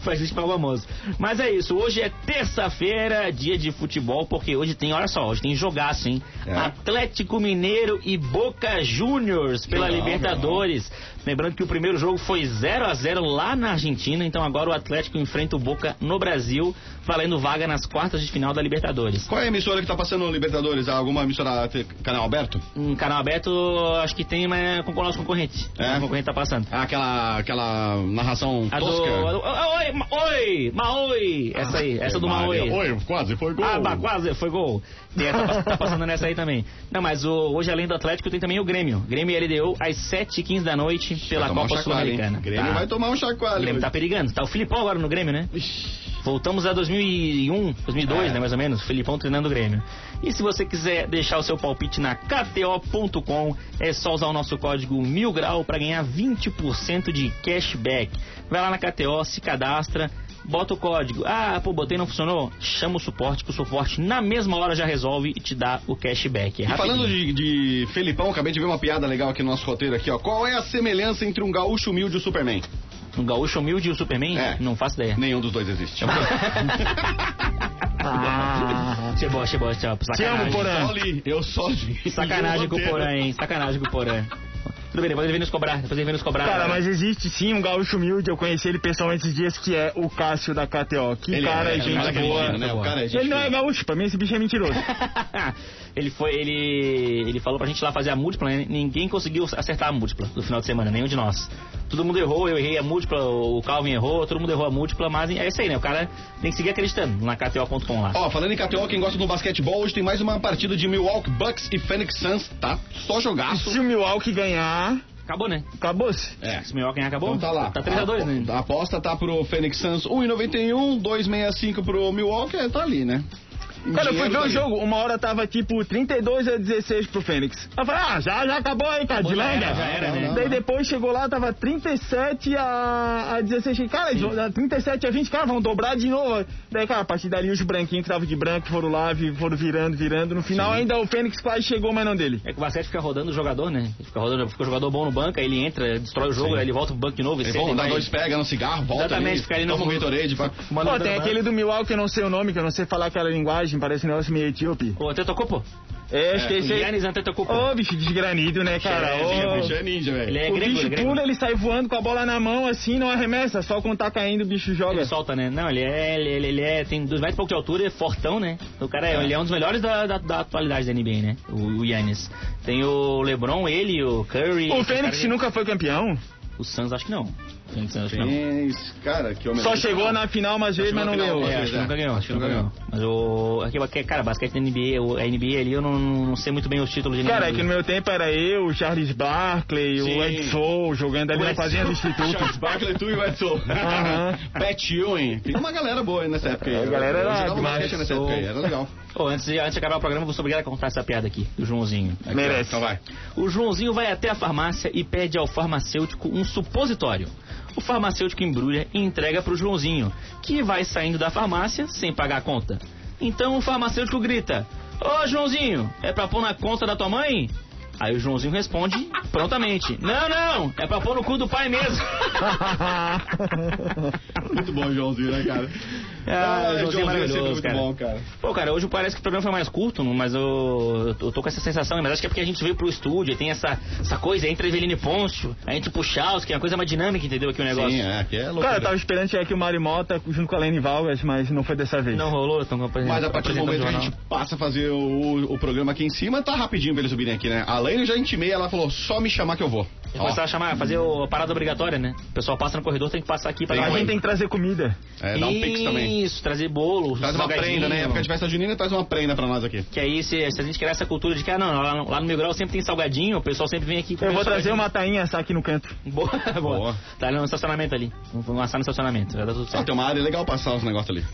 B: Foi a gente que pagou a moça. Mas é isso, hoje é terça-feira, dia de futebol, porque hoje tem, olha só, hoje tem jogaço, hein?
A: É.
B: Atlético Mineiro e Boca Juniors pela
A: Legal,
B: Libertadores. Lembrando que o primeiro jogo foi 0 a 0 lá na Argentina, então agora o Atlético enfrenta o Boca no Brasil, valendo vaga nas quartas de final da Libertadores.
A: Qual é a emissora que tá passando no Libertadores? Alguma emissora te- canal aberto?
B: Um canal aberto, acho que tem, mas com o nosso concorrente.
A: É?
B: O concorrente tá passando.
A: Ah, Aquela, aquela narração
B: A do,
A: tosca?
B: a do- Oi, ma- oi, Maoi. Essa aí, essa do Maoi.
A: Oi, quase foi gol.
B: Ah, bah, quase, foi gol. Tem essa, pass- tá passando nessa aí também. Não, mas o- hoje, além do Atlético, tem também o Grêmio. Grêmio e LDU, às 7h15 da noite, pela
A: Vai tomar um
B: Copa
A: chacoalho, hein?
B: Sul-Americana.
A: Grêmio
B: Tá.
A: vai tomar um
B: O
A: chacoalho.
B: Grêmio tá perigando. Tá o Filipão agora no Grêmio, né? Voltamos a 2001, 2002,
A: É.
B: né, mais ou menos. Filipão treinando o Grêmio. E se você quiser deixar o seu palpite na KTO.com, é só usar o nosso código mil grau para ganhar 20% de cashback. Vai lá na KTO, se cadastra, bota o código. Ah, pô, botei não funcionou? Chama o suporte, que o suporte na mesma hora já resolve e te dá o cashback. É
A: E falando
B: rapidinho.
A: de, de Felipão, acabei de ver uma piada legal aqui no nosso roteiro aqui, ó. Qual é a semelhança entre um gaúcho humilde e o Superman?
B: Um gaúcho humilde e o Superman?
A: É.
B: Não faço ideia.
A: Nenhum dos dois
B: É
A: existe. Ah.
B: Achei boa, achei boa, achei boa. Sacanagem.
A: Porã. Só li, eu só li.
B: Sacanagem com o
A: roteiro.
B: Porã, hein? Sacanagem com o Porã. Tudo bem, depois ele vem nos cobrar. Depois ele vem nos cobrar.
C: Cara, mas existe sim um gaúcho humilde. Eu conheci ele pessoalmente esses dias, que é o Cássio da KTO. Que
A: Ele
C: cara,
A: é,
C: gente
A: cara que é
C: boa.
A: mentira, né? O cara é gente
C: ele não é
A: fina.
C: gaúcho, pra mim esse bicho
A: *laughs*
C: é mentiroso.
B: *laughs* ele foi, ele, ele falou pra gente lá fazer a múltipla, né? Ninguém conseguiu acertar a múltipla do final de semana, nenhum de nós. Todo mundo errou, eu errei a múltipla, o Calvin errou, todo mundo errou a múltipla, mas é isso aí, né? O cara tem que seguir acreditando na KTO.com lá.
A: Ó, falando em KTO, quem gosta do basquetebol, hoje tem mais uma partida de Milwaukee Bucks e Phoenix Suns, tá? Só jogaço.
C: Se o Milwaukee ganhar,
B: Acabou, né?
C: acabou-se.
A: É.
B: Se o Minhoca ganhar, acabou?
A: Então tá lá.
B: Tá 3x2, né?
A: A aposta tá pro Phoenix Suns 1,91, 2,65 pro Milwaukee, é, tá ali, né?
C: Cara, eu fui
A: Dinheiro
C: ver
A: tá
C: o
A: ali.
C: jogo, uma hora tava tipo 32 a 16 pro Fênix. Aí Eu falei, ah, já, já acabou aí, cara, de
B: já
C: langa.
B: era, já era,
A: né?
C: Daí depois chegou lá, tava 37 a, a 16. Cara, eles vão- 37 a 20, cara, vão dobrar de novo. Daí, cara, a partir dali os branquinhos que estavam de branco foram lá, vi- foram virando, virando. No final ainda o Fênix quase chegou, mas não dele.
B: É que o basquete fica rodando o jogador, né? Ele fica rodando, fica o jogador bom no banco, aí ele entra, destrói o jogo,
A: Sim.
B: aí ele volta pro banco de novo. e né?
A: Eles
B: senta
A: vão
B: e
A: dar
B: vai-
A: dois pega no cigarro, volta
B: Exatamente,
A: ali,
B: fica ali no-
A: toma um Gatorade, vai...
B: Mano,
C: Pô, tem
B: mano.
C: aquele do Milwaukee, que eu não sei o nome, que eu não sei falar aquela linguagem, parece um negócio meio etíope.
B: Ô, Antetokounmpo.
C: É, esqueci.
B: Giannis Antetokounmpo.
C: Ô, bicho desgranido, né, cara? Ô.
A: Bicho é ninja,
B: Ele
A: velho.
B: é
C: o
B: grego, ele
C: bicho
B: é grego.
C: pula, ele sai voando com a bola na mão, assim, não arremessa. Só quando tá caindo, o bicho joga.
B: Ele solta, né? Não, ele é, ele, ele- ele é, tem dois metros e pouco de altura, é fortão, né? O cara é, ele é um dos melhores da, da, da atualidade da NBA, né? O, o Giannis. Tem o LeBron, ele, o Curry.
C: O
B: esse
C: Fênix
B: cara- é-
C: nunca foi campeão.
B: O Suns acho que não. O Phoenix Suns acho que não. É,
A: Fênix, cara, que homem.
C: Só chegou na final umas vezes,
A: chegou
C: mas não
A: na final,
C: ganhou.
B: É,
A: Pois
B: acho que
A: é.
B: nunca ganhou, acho que nunca ganhou. Mas o. aqui, aqui, Cara, basquete da NBA, o- a NBA ali, eu não, não sei muito bem os títulos de
C: Cara, é
B: ninguém.
C: que no meu tempo era eu, o Charles Barkley,
A: Sim.
C: o Exo jogando ali
B: O
C: na fazenda do Instituto.
A: Charles Barkley, tu e o Edson.
C: Então, Aham.
A: Pat Ewing. Tem uma galera boa aí nessa época. aí.
C: A galera
A: Eu
C: era
A: jogava
C: demais,
A: basquete nessa
B: sou-
A: época aí, era legal.
B: Ô, antes, de- antes de acabar o programa, eu vou obrigado a contar essa piada aqui, do Joãozinho.
A: Aqui, ó,
C: Merece.
A: Então vai.
B: O Joãozinho vai até a farmácia e pede ao farmacêutico um supositório. O farmacêutico embrulha e entrega para o Joãozinho, que vai saindo da farmácia sem pagar a conta. Então o farmacêutico grita: Ô Joãozinho, é pra pôr na conta da tua mãe? Aí o Joãozinho responde prontamente: Não, não, é pra pôr no cu do pai mesmo.
A: Muito bom, Joãozinho, né, cara?
B: Ah, o Joãozinho é
A: é sempre
B: maravilhoso,
A: muito
B: cara.
A: bom, cara.
B: Pô, cara, hoje parece que o programa foi mais curto, mas eu, eu tô com essa sensação, mas acho que é porque a gente veio pro estúdio, e tem essa, essa coisa entre Evelino e Pôncio, a gente puxar, que é uma coisa mais dinâmica, entendeu? Aqui o negócio.
A: Sim, é, aqui é louco.
C: Cara, eu tava esperando chegar aqui o Mário Mota junto com a Lene Valgas, mas não foi dessa vez.
B: Não rolou, estão
A: Mas a partir do momento que a gente passa a fazer o, o programa aqui em cima, tá rapidinho pra eles subirem aqui, né? A Laine já intimei, ela falou, só me chamar que eu vou.
B: Começar a chamar, fazer o- a parada obrigatória, né? O pessoal passa no corredor, tem que passar aqui pra
A: Tem
C: A
B: dar um
C: gente tem que trazer comida.
A: É, dá um pix também.
B: Isso, trazer bolo,
A: Traz uma
B: salgadinho.
A: prenda, né? Na época de festa junina, traz uma prenda pra nós aqui.
B: Que aí, se, se a gente criar essa cultura de que, ah, não, lá, no- lá no Mil Grau sempre tem salgadinho, o pessoal sempre vem aqui. comer
C: Eu vou trazer
B: salgadinho.
C: uma tainha essa aqui no canto.
B: Boa, boa. *laughs*
A: Boa.
B: Tá ali no estacionamento ali. Vamos lançar no estacionamento, vai dar tudo
A: Ah,
B: certo.
A: tem uma área legal passar os negócios ali.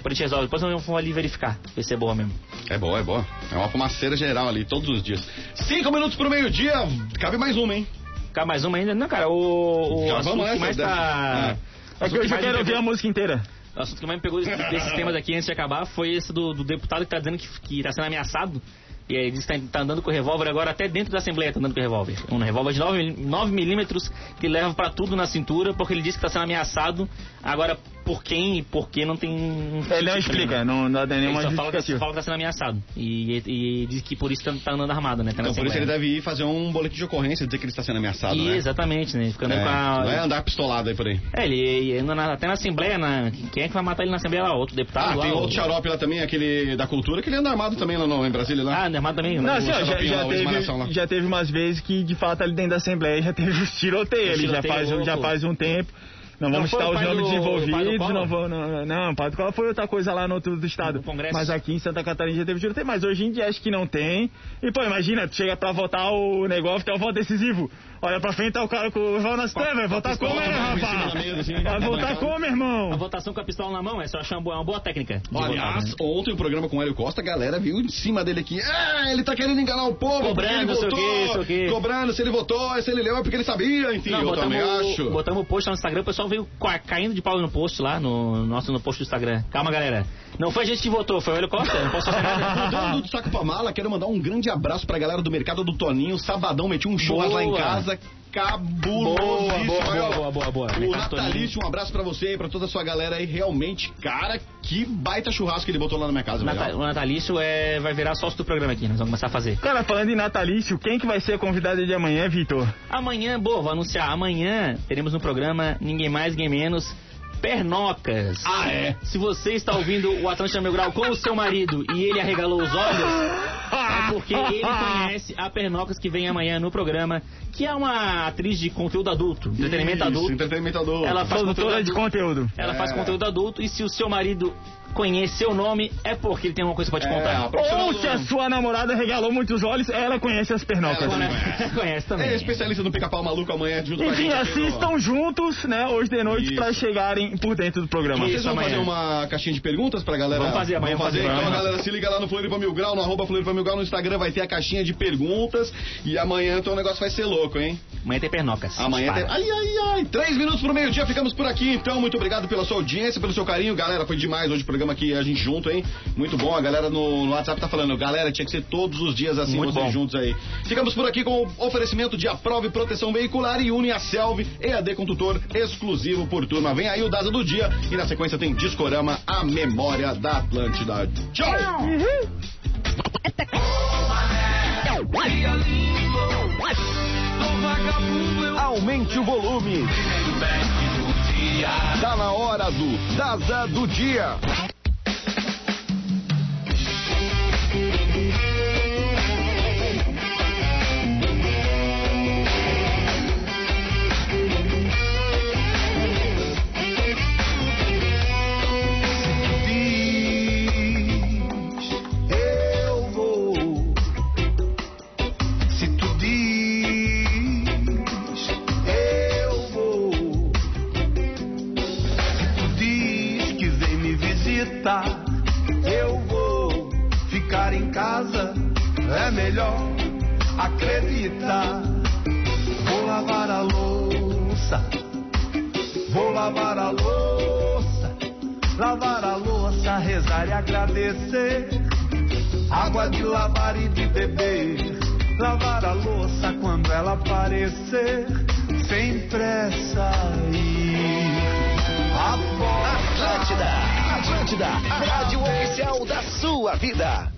B: Por gente resolve, depois eu vou ali verificar, ver se é boa mesmo.
A: É boa, é boa. É uma fumaceira geral ali, todos os dias. Cinco minutos pro meio-dia, cabe mais uma, hein?
B: Cá mais uma ainda? Não, cara, o, o
A: Já
B: assunto
A: vamos
B: que
A: nessa,
B: mais
A: deve-
B: tá...
C: É que eu
B: assunto
C: já
B: mais
C: quero
B: me
C: ouvir a
B: pegou-
C: música inteira.
B: O assunto que mais me pegou desse- desses temas aqui antes de acabar foi esse do, do deputado que tá dizendo que, que tá sendo ameaçado. E aí diz que tá, tá andando com revólver agora, até dentro da Assembleia tá andando com revólver. Um revólver de 9, mil- 9 milímetros que leva pra tudo na cintura, porque ele disse que tá sendo ameaçado. Agora, por quem e por que não tem... um tá
C: Ele não explica, não dá
B: Ele
C: nenhuma
B: só fala que,
C: justificativa.
B: fala que tá sendo ameaçado. E, e- e diz que por isso tá, tá andando armado, né? Tá na
A: Então por isso
B: Assembleia.
A: ele deve ir fazer um boletim de ocorrência, dizer que ele está sendo ameaçado,
B: E,
A: né?
B: Exatamente, né? Ficando
A: É,
B: com a...
A: Não é andar pistolado aí por aí.
B: É, ele, ele anda na- até na Assembleia, na- quem é que vai matar ele na Assembleia lá? Outro
A: Ah,
B: deputado? lá,
A: tem
B: o-
A: outro xarope lá também, aquele da cultura, que ele anda armado também lá no, em Brasília lá.
B: Ah, anda armado também?
C: Não,
B: né?
C: assim, ó, já,
A: xaropinho
C: já
A: lá, o esmaração lá.
C: teve, já teve umas vezes que, de fato, ali dentro da Assembleia já teve os tiroteios.
B: Os
C: ali, Já faz,
B: tiroteios,
C: já
B: pô.
C: faz um tempo. Não vamos
B: foi
C: citar
B: o
C: os
B: pai
C: nomes
B: do- o pai do
C: desenvolvidos,
B: Collor?
C: não vou. Não, não, Pato, qual foi outra coisa lá no outro do estado?
B: No Congresso.
C: Mas aqui em Santa Catarina já teve tiroteio, mas hoje em dia acho que não tem. E, pô, imagina, tu chega pra votar o negócio, tem o voto decisivo. Olha pra frente, tá o cara com o Val nas trevas, vai votar como,
A: pistola,
C: né,
A: né, em cima da mesa, assim,
C: rapaz? Vai votar
A: arrancando.
C: como,
B: A
C: irmão?
B: votação com a pistola na mão, essa eu acho uma boa, uma boa técnica. de votar, né?
A: Aliás, ontem o programa com o Hélio Costa, a galera viu em cima dele aqui. Ah, ele tá querendo enganar o povo. porque
B: Cobrando,
A: ele
B: sei o
A: votou,
B: quê, sei o quê."
A: Cobrando, se ele votou, se ele leu, é porque ele sabia, enfim.
B: Não,
A: eu
B: botamos,
A: também
B: o-
A: acho.
B: botamos o post lá no Instagram, o pessoal veio ca- caindo de pau no post lá, no nosso no post do Instagram. Calma, galera. Não foi a gente que votou, foi o helicóptero, não posso
A: *laughs*
B: fazer nada.
A: Mudando do saco pra mala, quero mandar um grande abraço pra galera do mercado do Toninho. Sabadão, meti um show lá em
B: Boa.
A: casa. Cabuloso.
B: Boa, boa,
A: Olha,
B: boa,
A: ó,
B: boa, boa, boa.
A: O
B: Mercado Toninho.
A: Natalício, um abraço pra você e pra toda a sua galera aí. Realmente, cara, que baita churrasco que ele botou lá na minha casa.
B: Nata-
A: legal.
B: O Natalício é, vai virar sócio do programa aqui, nós vamos começar a fazer.
C: Cara, falando em natalício, quem que vai ser convidado de amanhã, Vitor?
B: Amanhã, boa, vou anunciar, amanhã teremos no programa Ninguém Mais, Ninguém Menos, Pernocas.
A: Ah, é?
B: Se você está ouvindo o Atlântida Mil Grau com o seu marido e ele arregalou os olhos, é porque ele conhece a Pernocas que vem amanhã no programa, que é uma atriz de conteúdo adulto, entretenimento
A: Isso, então,
B: adulto.
A: Entretenimento adulto.
B: Ela faz conteúdo
C: Produtora de
B: adulto,
C: conteúdo.
B: ela faz
A: É.
B: conteúdo adulto e se o seu marido conhecer o nome, é porque ele tem uma coisa pra te
A: É,
B: contar.
A: a
C: Ou se a sua namorada regalou muitos olhos, ela conhece as pernocas.
A: Ela
B: Conhece, conhece também.
A: É especialista no pica-pau maluco amanhã junto com a
C: Enfim,
A: gente aqui no-
C: assistam juntos, né, hoje de noite,
A: Isso.
C: pra chegarem por dentro do programa.
A: Vocês
B: Isso,
A: vão fazer
B: amanhã.
A: uma caixinha de perguntas pra galera?
B: Vamos fazer, amanhã
A: Vamos fazer.
B: vamos fazer.
A: Então,
B: Vamos.
A: galera, se liga lá no Floripa Mil Grau, no arroba Floripa Mil Grau, no Instagram vai ter a caixinha de perguntas. E amanhã, então, o negócio vai ser louco, hein?
B: Amanhã tem Pernocas.
A: Amanhã tem...
B: Dispara.
A: Ai, ai, ai. Três minutos pro meio-dia, ficamos por aqui. Então, muito obrigado pela sua audiência, pelo seu carinho. Galera, foi demais hoje o programa aqui, a gente junto, hein? Muito bom. A galera no, no WhatsApp tá falando. Galera, tinha que ser todos os dias assim,
B: Muito
A: vocês
B: bom.
A: juntos aí. Ficamos por aqui com o oferecimento de aprova e proteção veicular e une a Selv, EAD com tutor exclusivo por turma. Vem aí o Daza do Dia e na sequência tem Discorama, a memória da Atlântida. Tchau! Aumente o volume. Tá na hora do Daza do Dia.
F: diz, eu vou. Se tu diz, eu vou. Se tu diz que vem me visitar, eu vou. Ficar em casa é melhor, acredita. Vou lavar a louça, vou lavar a louça lavar a louça, rezar e agradecer. Água de lavar e de beber, lavar a louça quando ela aparecer, sem pressa ir. Atlântida, Atlântida, a rádio oficial da sua vida.